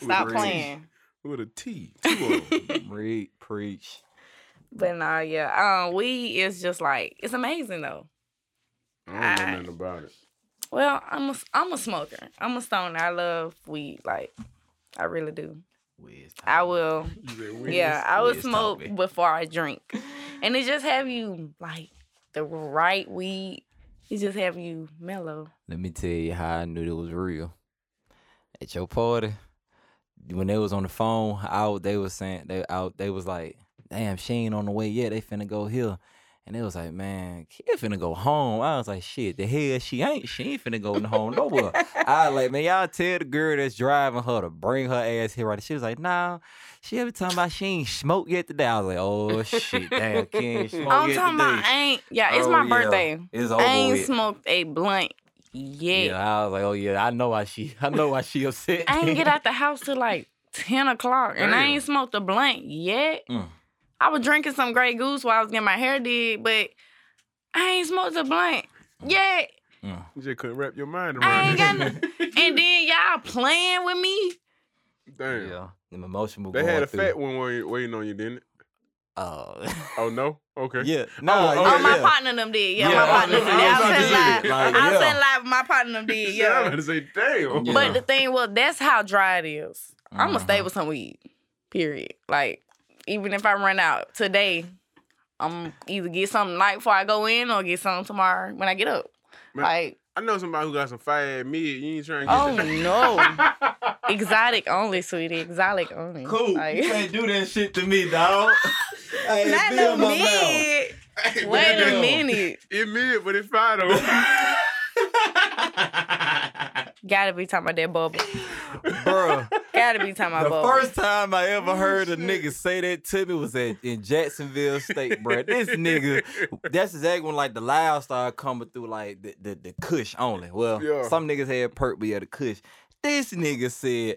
With Stop a T. playing. with a T. Two of 'em. Read, preach. But nah, yeah. Um, weed is just like it's amazing though. I don't know I- nothing about it. Well, I'm a I'm a smoker. I'm a stoner. I love weed. Like I really do. Wiz talk. I will. Yeah, I will Wiz talk, smoke man. before I drink, and it just have you like the right weed. It just have you mellow. Let me tell you how I knew it was real. At your party, when they was on the phone, out they was saying they out they was like, "Damn, she ain't on the way yet. They finna go here." And they was like, man, kid finna go home. I was like, shit, the hell she ain't. She ain't finna go home nowhere. I was like, man, y'all tell the girl that's driving her to bring her ass here right. She was like, nah. She every time about she ain't smoked yet today. I was like, oh shit, damn, kid ain't smoked I'm yet talking today. about I ain't. Yeah, it's Oh, my yeah. birthday. It's over I ain't with. smoked a blunt yet. Yeah, I was like, oh yeah, I know why she, I know why she upset. I ain't get out the house till like ten o'clock, and I Damn. ain't smoked a blunt yet. Mm. I was drinking some Grey Goose while I was getting my hair did, but I ain't smoked a blunt yet. Mm. You just couldn't wrap your mind I around ain't it. got. no- and then y'all y'all playing with me? Damn. Yeah, them emotional. They going had a through. fat one waiting waiting on you, didn't it? Oh. Oh no. Okay. yeah. No. Oh, yeah. oh, Oh, my yeah. partner them did. Yeah, Yeah, my I partner was- did. I I was was saying about live. to say, I was like, saying live. My partner them did. Shit, I'm Yeah. about to say, damn. Yeah. But the thing was, that's how dry it is. I'm gonna stay Mhm. with some weed. Period. Like, even if I run out today, I'm either get something light before I go in or get something tomorrow when I get up. Man. Like, I know somebody who got some fire mid. You ain't trying to oh get no. that. Exotic only, sweetie. Exotic only. Cool. Like, you can't do that shit to me, dog. I ain't not been no in my mouth. mid. Hey, but Wait it- a Damn. minute. It mid, but it's fine though. Gotta be talking about that bubble. Bruh, Gotta be talking about the bubble. first time I ever heard a nigga say that to me was at in Jacksonville State, bruh. This nigga, that's exactly when like the loud started coming through, like the the, the Kush only. Well, Yeah. some niggas had perk, but yeah, the Kush. This nigga said,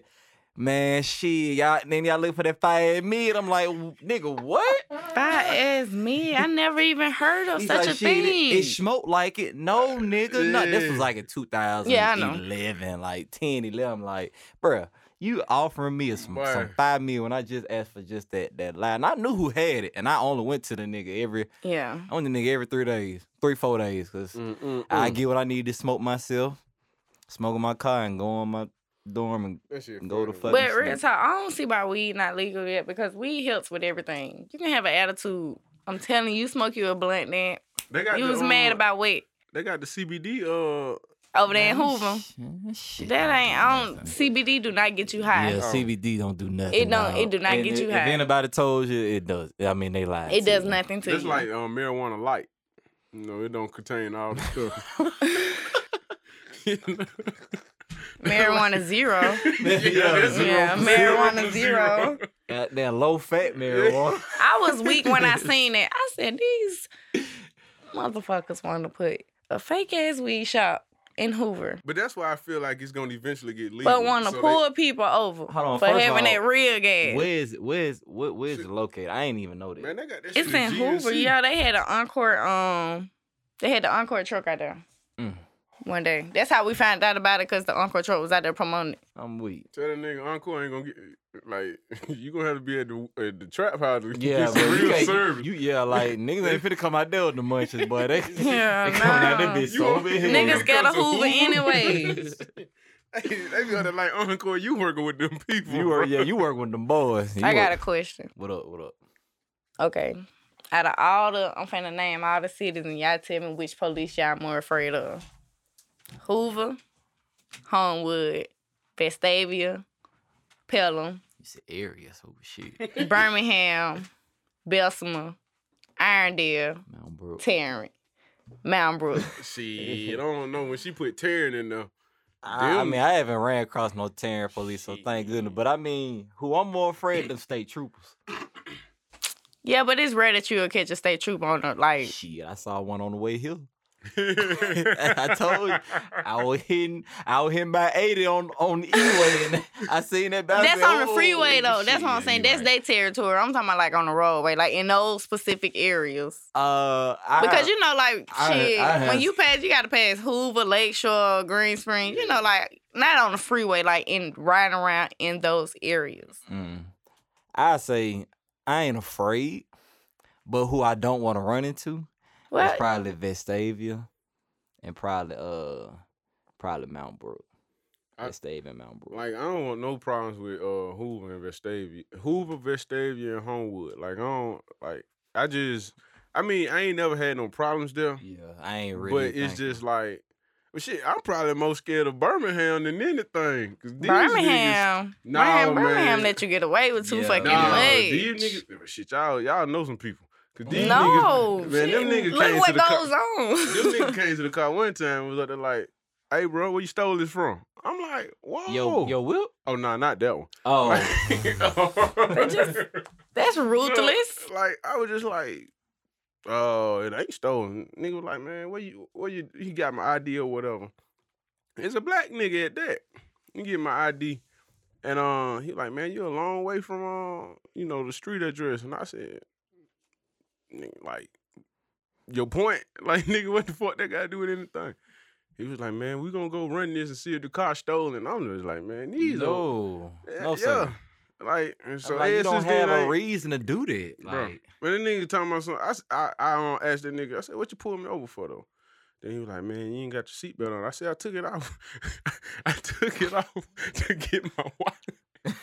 "Man, shit, y'all." Then y'all look for that fire mid. I'm like, "Nigga, what?" Fat as me. I never even heard of He's such like, a "Shit, it- thing. It, smoked like it. No, nigga. No. This was Yeah. like in 2011, Yeah, I know. like 10, 11. I'm like, bruh, you offering me some, some Bruh. five meal when I just asked for just that that line. I knew who had it, and I only went to the nigga every, yeah. I went to the nigga every three days, three, four days, because I Mm-hmm. get what I need to smoke myself, smoke in my car, and go on my dorm and That shit Go to funny. fuck- But Fucking real snake. talk, I don't see why weed not legal yet because weed helps with everything. You can have an attitude. I'm telling you, smoke you a blunt then. They got You the, was um, mad about what? They got the CBD. Uh, Over there Man, in Hoover. shit, shit That don't ain't do I don't nothing. CBD do not get you high. Yeah, Oh. CBD don't do nothing. don't- dog. it do not And get if- you if high. anybody told you, it does. I mean, they lied. It to does you. nothing to it's you. like um, marijuana light. You know, it don't contain all the stuff. You know? marijuana zero. yeah, it's Yeah, zero. marijuana Zero. zero. Goddamn low fat marijuana. I was weak when I seen it. I said these motherfuckers want to put a fake ass weed shop in Hoover, But that's why I feel like it's gonna eventually get legal. but want to so they- pull people over Hold on, for first of having all, that real gas. Where's where's where, where's Shit. it located? I ain't even know that. man, they got that shit It's at in Hoover, GNC. yo. They had an encore. Um, they had the encore truck out there. Mm. One day, that's how we found out about it because the encore truck was out there promoting it. I'm weak. Tell that nigga Uncle ain't gonna get like you gonna have to be at the at the trap house to Yeah, get some but you, real can't- service. you yeah, like niggas ain't finna come out there with the munchies, boy. They, Yeah, they come out that nah. bitch so big. Niggas got a Come Hoover to anyways. Hey, they be on there like Uncle, you working with them people. You work, yeah, bro." you work with them boys. You I got a work- question. What up? What up? Okay. Out of all the, I'm finna name all the cities, and y'all tell me which police y'all more afraid of. Hoover, Homewood, Vestavia, Pelham, You said areas. Oh shit, Birmingham, Bessemer, Irondale, Mount Brook. Tarrant, Mount Brook. Shit, I don't know when she put Taryn in there. I, I Them- mean, I haven't ran across no Terran police, so thank goodness. But I mean, who I'm more afraid of state troopers. Yeah, but it's rare that you'll catch a state trooper on a like. Shit, I saw one on the way here. I told you, I was hitting, I was hitting by eighty on on the E-way, and I seen that. but I That's said, on the "Oh, freeway though. That's what I'm shit, saying. you That's right." their territory. I'm talking about like on the roadway, like in those specific areas. Uh, I, Because you know, like I- shit, I have- when you pass, you gotta pass Hoover, Lakeshore, Green Spring. You know, like not on the freeway, like in riding around in those areas. Mm. I say I ain't afraid, but who I don't want to run into is What? probably Vestavia, and probably uh, probably Mount Brook. I- Vestavia, and Mount Brook. Like I don't want no problems with uh Hoover and Vestavia. Hoover, Vestavia, and Homewood. Like I don't like. I just. I mean, I ain't never had no problems there. yeah, I ain't really. but it's thinking. just like, well, shit. I'm probably more scared of Birmingham than anything. 'cause these Niggas, Birmingham. Nah, Birmingham, Birmingham man. let you get away with too Yeah. fucking nah, much. these niggas. oh, Shit, y'all, y'all know some people. 'Cause these no, niggas, man, them shit. niggas look came what to the co- goes This on. nigga came to the car one time and was up there like, hey bro, where you stole this from? I'm like, whoa. yo, yo, Will. Oh nah, not that one. Oh, just- That's ruthless. like I was just like, oh, it ain't stolen. Nigga was like, man, where you where you he got my ID or whatever. It's a black nigga at that. You get my ID. And uh he like, man, you're a long way from uh, you know, the street address. And I said, nigga, like, your point? Like, nigga, what the fuck that gotta do with anything? He was like, man, we gonna go run this and see if the car stolen. I'm just like, man, these old, No, oh. yeah, no, yeah. sir. Like, and so So like, ever you don't since then, have a ain't- reason to do that. Bro. Like, But the nigga talking about something. I, s- I, I um, asked that nigga, I said, what you pulling me over for, though? Then he was like, man, you ain't got your seatbelt on. I said, I took it off. I took it off to get my wallet.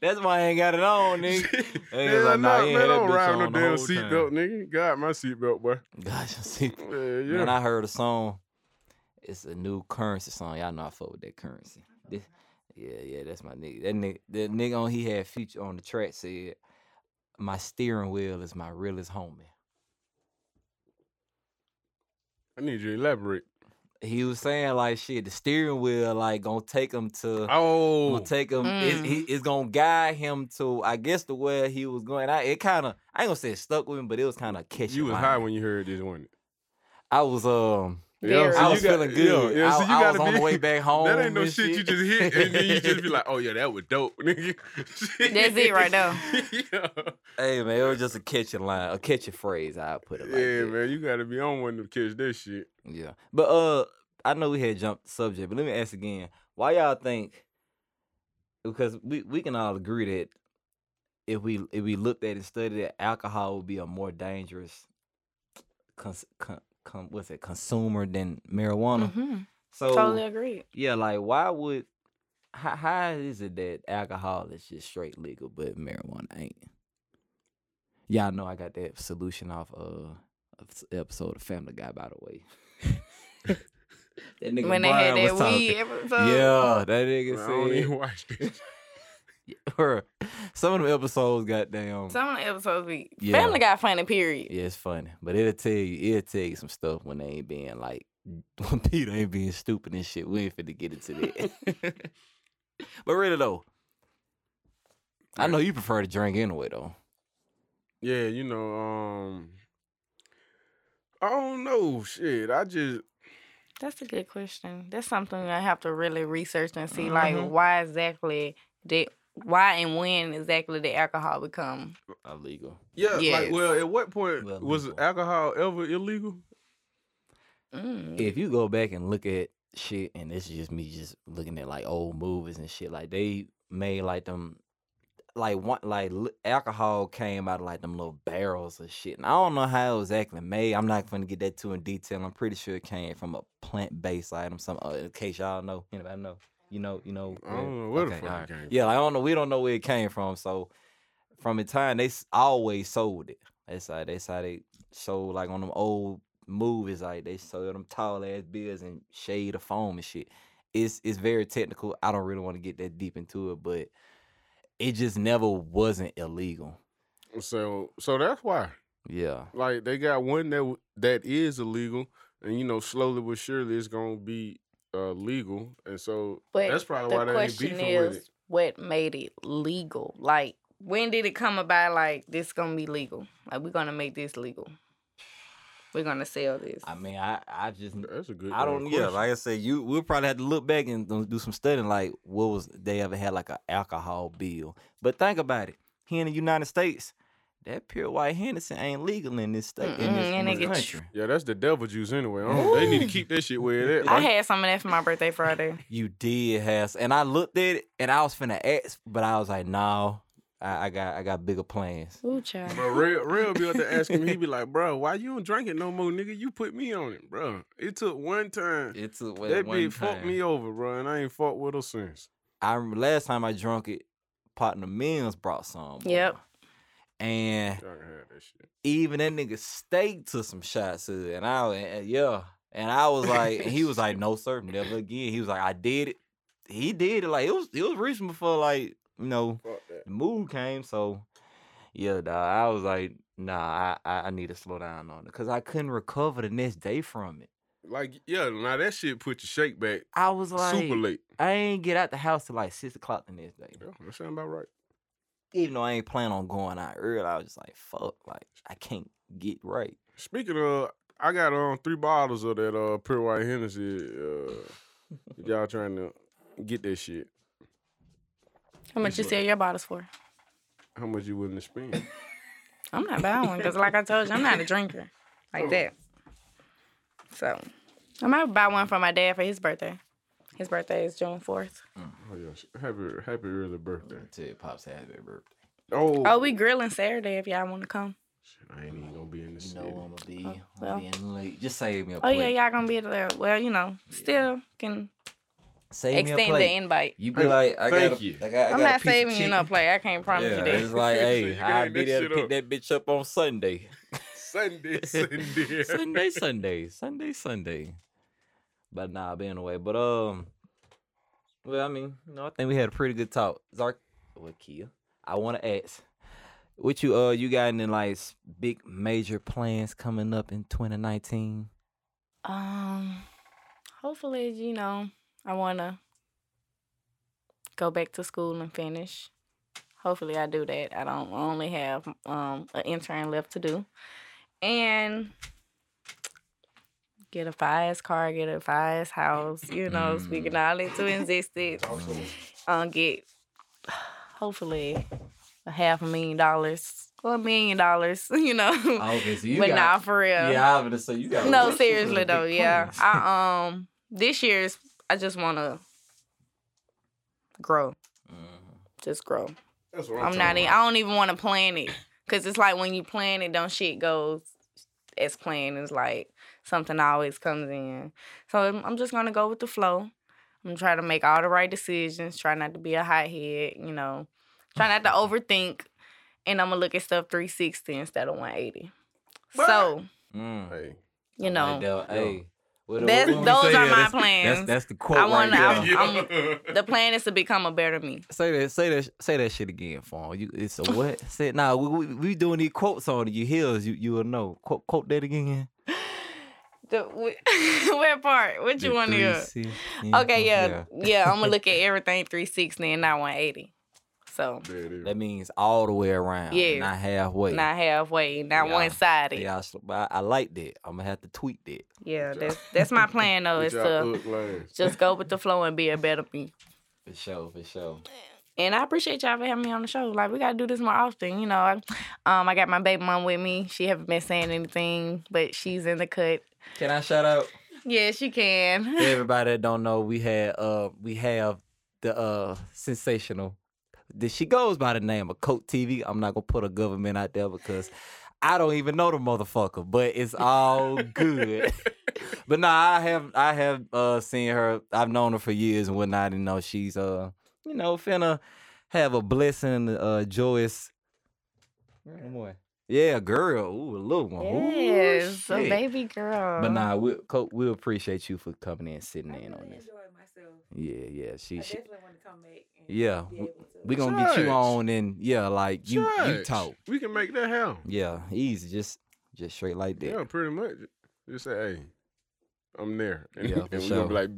that's why I ain't got it on, nigga. Hell Niggas like, nah, nah, he man, had that don't bitch ride no on the damn whole time. seatbelt, nigga. God, my seatbelt, boy. Gosh, I see. Yeah, Man, yeah. I heard a song. It's a new currency song. Y'all know I fuck with that currency. This, yeah, yeah, that's my nigga. That nigga, that nigga on he had feature on the track said, "My steering wheel is my realest homie." I need you to elaborate. He was saying like, "Shit, the steering wheel like gonna take him to." Oh, Gonna take him. It's, Mm. he, it's gonna guide him to, I guess, the where he was going. I it kind of, I ain't gonna say it stuck with him, but it was kind of catchy. you was high when you heard this, wasn't it? I was, um, Very. so I you was got- feeling yeah, good. Yeah, I, so you I gotta was on be, the way back home. That ain't no and shit, you just hit, and then you just be like, "Oh yeah, that was dope, nigga." That's it right now. yeah, Hey man, it was just a catchy line, a catchy phrase. I put it like yeah that. man, you gotta be on one to catch this shit. Yeah, but uh, I know we had jumped the subject, but let me ask again: Why y'all think? Because we we can all agree that if we if we looked at and studied it, alcohol would be a more dangerous, cons, con, con, what's it, consumer than marijuana. hmm So Totally agree. yeah, like why would? How, how is it that alcohol is just straight legal, but marijuana ain't? Y'all know I got that solution off uh of s- episode of Family Guy, by the way. that nigga When they had Brian that was talking. weed episode. Yeah, that nigga Man, I don't said. even watch this. Bruh, some of the episodes, goddamn. Some of the episodes we Yeah. Family Guy funny period. Yeah, it's funny, but it'll tell you it'll tell you some stuff when they ain't being like when Peter ain't being stupid and shit. We ain't finna get into that. but really though, I know you prefer to drink anyway though. Yeah, you know, um, I don't know, shit. I just That's a good question. That's something I have to really research and see, Mhm. like why exactly did why and when exactly did alcohol become? Illegal. yeah, like Yes. well, at what point Well, was legal. alcohol ever illegal? Mm. If you go back and look at shit, and this is just me just looking at like old movies and shit, like they made like them. Like one, like li- alcohol came out of like them little barrels of shit, and I don't know how it was exactly made. I'm not going to get that too in detail. I'm pretty sure it came from a plant based item. Some, uh, in case y'all know, anybody know, you know, you know. I don't know where the okay, fuck it alright. came Yeah, like, I don't know. We don't know where it came from. So from the time they s- always sold it. That's how that's how they sold like on them old movies. Like they sold them tall ass beers and shade of foam and shit. It's it's very technical. I don't really want to get that deep into it, but it just never wasn't illegal. from. So, so that's why. Yeah. Like they got one that w- that is illegal, and you know, slowly but surely it's gonna be uh, legal, and so But that's probably why the they ain't question beefing with it. is what made it legal? Like when did it come about like this gonna be legal? Like we're gonna make this legal. We're gonna sell this. I mean, I I just That's a good. I damn don't. Uh, Yeah, question. like I said, you we'll probably have to look back and do- do some studying. Like, what was they ever had like an alcohol bill? But think about it. Here in the United States, that pure white Hennessy ain't legal in this state. In this, Mm-mm, in and it this get country, Yeah, that's the devil juice anyway. I don't- they need to keep that shit where it is. I had some of that for my birthday Friday. you did have. And I looked at it, and I was finna ask, but I was like, no, I, I got I got bigger plans. Ooh, child. But real, real be able to ask him. He be like, "Bro, why you don't drink it no more, nigga? You put me on it, bro. It took one time. It's a that bitch fucked me over, bro, and I ain't fought with her since. I rem- last time I drunk it, partner Mills brought some. boy. Yep. And Y'all can have that shit. even that nigga stayed to some shots of it. And I and- yeah. And I was like, and he was like, no sir, never again. He was like, I did it. He did it. Like it was it was reasonable for like, you know, Fuck that. the mood came. So yeah, dawg, I was like, nah, I, I, I need to slow down on it. Cause I couldn't recover the next day from it. Like, yeah, now that shit put your shake back I was like super late. I ain't get out the house till like six o'clock the next day. Yeah, that sound about right. Even though I ain't plan on going out early, I was just like, fuck, like I can't get right. Speaking of, I got um three bottles of that uh pure white Hennessy. Uh, if y'all trying to get that shit? How much you sell your bottles for? How much you willing to spend? I'm not buying one because, like I told you, I'm not a drinker like that. So I might buy one for my dad for his birthday. His birthday is June fourth. Oh yes. Happy happy early birthday. Tell your pops happy birthday. Oh, Oh, we grilling Saturday if y'all want to come. shit, I ain't even gonna be in the You city. know I'ma be, Oh, I'ma well. be in late. Just save me a Oh plate. yeah, y'all gonna be at the well, you know, still can Save me a extend the plate. invite. you be Hey, like, I thank got, a- you. I got, I I'm got a not piece of saving you no chicken. play. I can't promise Yeah, you that. it's like, So hey, you gotta I'll make be there to shit pick up. that bitch up on Sunday. Sunday, Sunday. Sunday, Sunday, Sunday, Sunday. But nah, being away. But um, well, I mean, you know, I think we had a pretty good talk. Zark, what Kia? I want to ask, what you uh, you got any like s- big major plans coming up in 2019? Um, hopefully, you know, I wanna go back to school and finish. Hopefully, I do that. I don't I only have um an intern left to do, and get a five car, get a five house. You know, Mm. speaking all into existence. Um, get hopefully a half a million dollars, or a million dollars. You know, okay, so but nah, for real. yeah, I'm gonna say you got. No, seriously though, yeah. I um this year's I just wanna grow. Just grow. That's what I'm talking not e- about. I don't even wanna plan it. Cause it's like when you plan it, don't shit goes as planned. It's like something always comes in. So I'm, I'm just gonna go with the flow. I'm trying to make all the right decisions, try not to be a hothead, you know, try not to overthink. And I'm gonna look at stuff 360 instead of 180. So, Hey, you know. Mm-hmm. hey, what- That's- what we those say there? are my That's- That's plans. that's the quote I right wanna- there. I'm- the plan is to become a better me. Say that, say that, say that shit again, phone. You, it's a what? say nah. We, we we doing these quotes on you heels. You you will know. Quote quote that again. The wh- what part? What you The want to hear? 360. Okay, yeah, yeah. I'm gonna look at everything 360 and not 180. So there it is. That means all the way around. Yeah. Not halfway. not halfway, not Yeah. one sided. Yeah, yeah, I, sl- I, I like that. I'm gonna have to tweet that. job. that's that's my plan though. Good is job, uh, to Hook Lions. just go with the flow and be a better me. For sure, for sure. And I appreciate y'all for having me on the show. Like we gotta do this more often, you know. I, um, I got my baby mom with me. She haven't been saying anything, but she's in the cut. Can I shout out Yes, you can. for everybody that don't know? We had uh we have the uh sensational. that She goes by the name of Coat TV. I'm not gonna put a government out there because I don't even know the motherfucker, but it's all good. but nah, I have I have uh seen her. I've known her for years and whatnot, and know she's uh you know finna have a blessing, uh joyous. Boy. Yeah, girl. Ooh, a little one. Ooh, yes, a Oh, shit. baby girl. But Uh-huh. nah, we Coach, we appreciate you for coming in and sitting in on this. enjoyed myself. Yeah, yeah. She, she want to come back. And yeah. be w- able to- We gonna get Judge. you on and yeah, like you you Judge, talk. We can make that happen. Yeah, easy, just just straight like that. Yeah, pretty much. Just say, hey, I'm there. And, Yeah, and for we gonna be sure. like,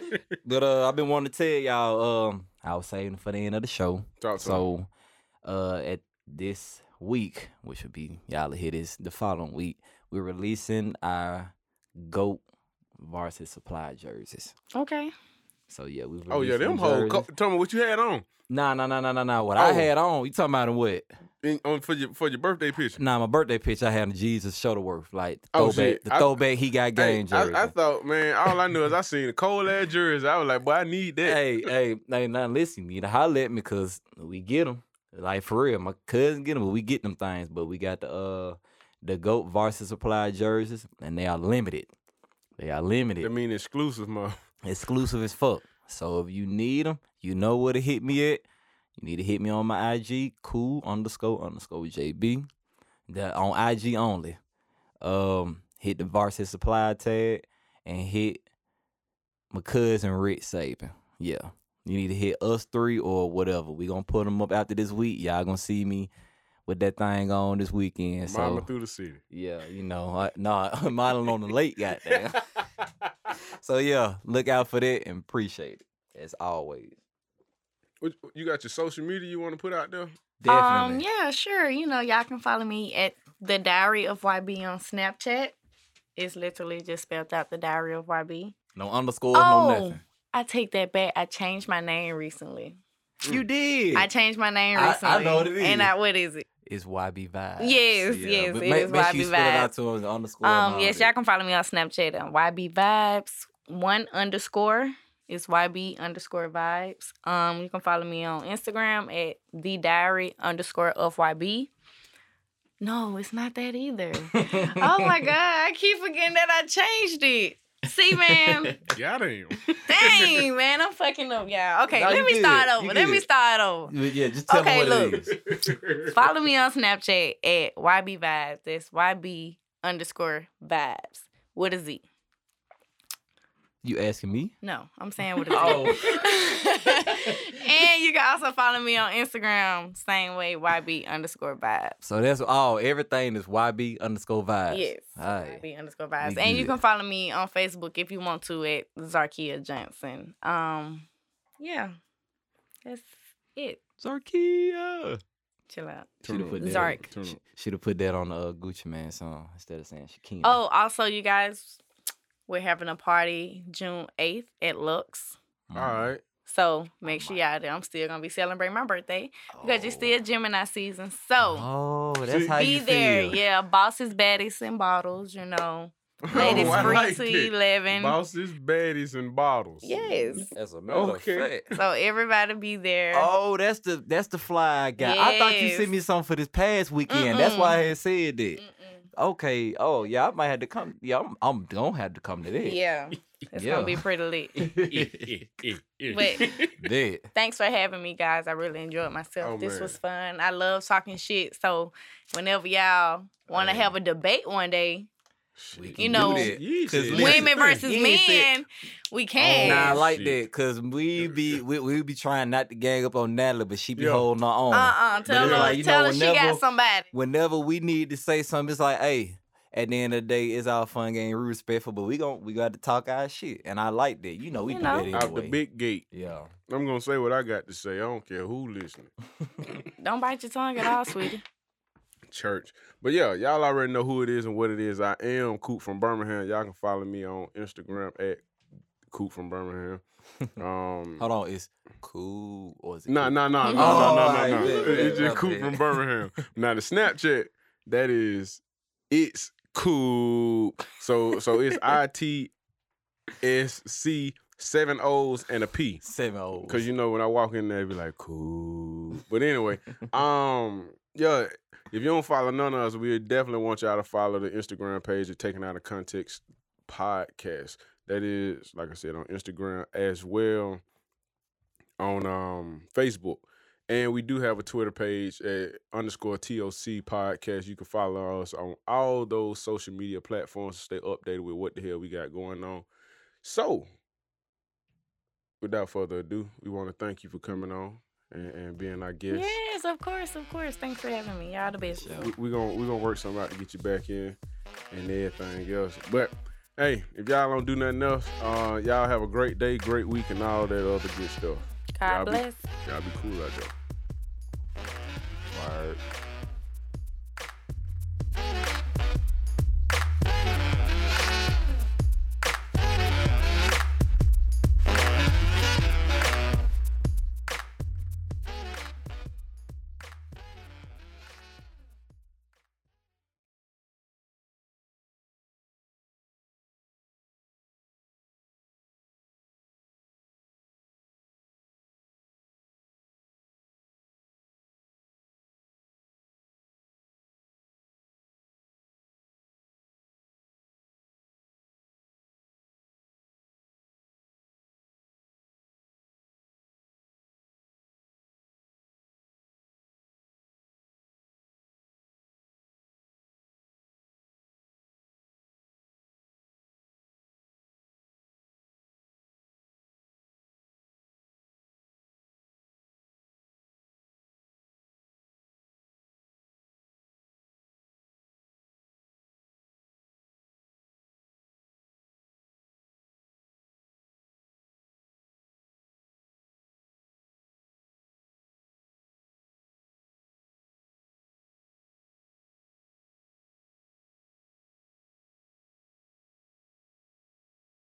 bit. But uh, I've been wanting to tell y'all. Um, I was saving it for the end of the show. Talk to me. So, uh, at this week, which would be y'all hit this the following week, we're releasing our goat varsity supply jerseys. okay. So yeah, we. Oh yeah, them whole. Co- tell me what you had on Nah, nah, nah, nah, nah, nah. What Oh. I had on, you talking about in what? in, on for your for your birthday picture. Nah, my birthday picture, I had a Jesus Shuttleworth, like the Oh, throwback. shit. The I- throwback, he got Hey, game jersey. I, I thought, man, all I knew is I seen a cold ass jersey. I was like, boy, I need that. hey, hey, hey, now listen, you need to holler at me because we get them. Like for real, my cousin get them, but we get them things. But we got the uh the goat varsity supply jerseys, and they are limited. They are limited, I mean, exclusive, mo. exclusive as fuck. So if you need them, you know where to hit me at. You need to hit me on my IG, cool underscore underscore JB. That on IG only. Um, hit the varsity supply tag and hit my cousin Rick Saban. Yeah. You need to hit us three or whatever. we gonna put them up after this week. Y'all gonna see me with that thing on this weekend. So Mama through the city. yeah, you know, I, nah, modeling on the late, goddamn. so yeah, look out for that and appreciate it as always. What- You got your social media you want to put out there? Definitely. Um, yeah, sure. You know, y'all can follow me at the Diary of YB on Snapchat. It's literally just spelled out the Diary of YB. No underscores, no Oh. nothing. I take that back. I changed my name recently. You did. I changed my name I- I recently. know what it And is. I, what is it? It's YB Vibes. Yes, yes, but it make, is make sure you YB spell it out Vibes. to us underscore. and Um, all yes, that. y'all can follow me on Snapchat on YB Vibes. One underscore is YB underscore vibes. Um, you can follow me on Instagram at the diary underscore of YB. No, it's not that either. oh my god, I keep forgetting that I changed it. See, man, Goddamn. dang, man, I'm fucking up, y'all. Okay, No, let you me good. start You over. Let me good. start over. But yeah, just tell Okay, me what it look. is. Follow me on Snapchat at YB Vibes. That's YB underscore vibes. What is it? You asking me? No, I'm saying what it is. Oh. and you can also follow me on Instagram, same way, YB underscore vibes. So that's all. Everything is YB underscore vibes. Yes. All right. YB underscore vibes. We and you good. can follow me on Facebook if you want to at Zarkia Johnson. Um, yeah. That's it. Zarkia. Chill out. Should have up. put that. Zark. Turn up. Should have put that on the uh, Gucci Man song instead of saying Shakina. Oh, also, you guys, we're having a party June 8th at Lux. Mm. All right. So make Oh sure y'all there. I'm still gonna be celebrating my birthday because it's still Gemini season. So Oh, that's See- how be you there. feel. Yeah, bosses, baddies, and bottles. You know, ladies Oh, I free like to that. eleven. Bosses, baddies, and bottles. Yes. That's a matter matter of of Okay. fact. So everybody be there. Oh, that's the that's the fly guy. I thought you Yes. sent me something for this past weekend. That's Mm-mm. why I had said that. Mm-mm. Okay. Oh, yeah. I might have to come. Yeah, I'm, I'm gonna have to come to that. Yeah, it's Yeah. gonna be pretty lit. But- That. Thanks for having me, guys. I really enjoyed myself. Oh, this man. was fun. I love talking shit. So whenever y'all want to Hey. have a debate one day, We You know, that. Yeezy. 'Cause Listen, women versus you ain't said- Oh. men, we can. Nah, I like shit. that because we be we, we be trying not to gang up on Natalie, but she be Yeah. holding her own. Uh uh Tell it's her, like, you tell know, her she whenever- got somebody. Whenever we need to say something, it's like, hey, at the end of the day, it's all fun game, we respectful, but we gon' we got to talk our shit, and I like that. You know, we You do know. that Out the anyway. big gate. yeah, I'm gonna say what I got to say. I don't care who listening. Don't bite your tongue at all, sweetie. Church. But yeah, y'all already know who it is and what it is. I am Coop from Birmingham. Y'all can follow me on Instagram at Coop from Birmingham. Um hold on, it's cool or is it? No, cool? no, no, no, Oh, no, no, I no, no. bet, It's bet, just I Coop bet. from Birmingham. Now the Snapchat, that is, it's cool. So, so it's I T S C seven O's and a P. seven oh old. Cause you know when I walk in there, it be like cool. But anyway, um, yeah, if you don't follow none of us, we definitely want y'all to follow the Instagram page of Taking Out of Context Podcast. That is, like I said, on Instagram as well, on um Facebook. And we do have a Twitter page at underscore TOC podcast. You can follow us on all those social media platforms to stay updated with what the hell we got going on. So, without further ado, we want to thank you for coming on and, and being our guest. Yes, of course, of course. Thanks for having me. Y'all the best. Yeah. We're we gonna we gonna work something out to get you back in and everything else. But hey, if y'all don't do nothing else, uh, y'all have a great day, great week, and all that other good stuff. God Y'all be- bless. Y'all be cool out there. Word.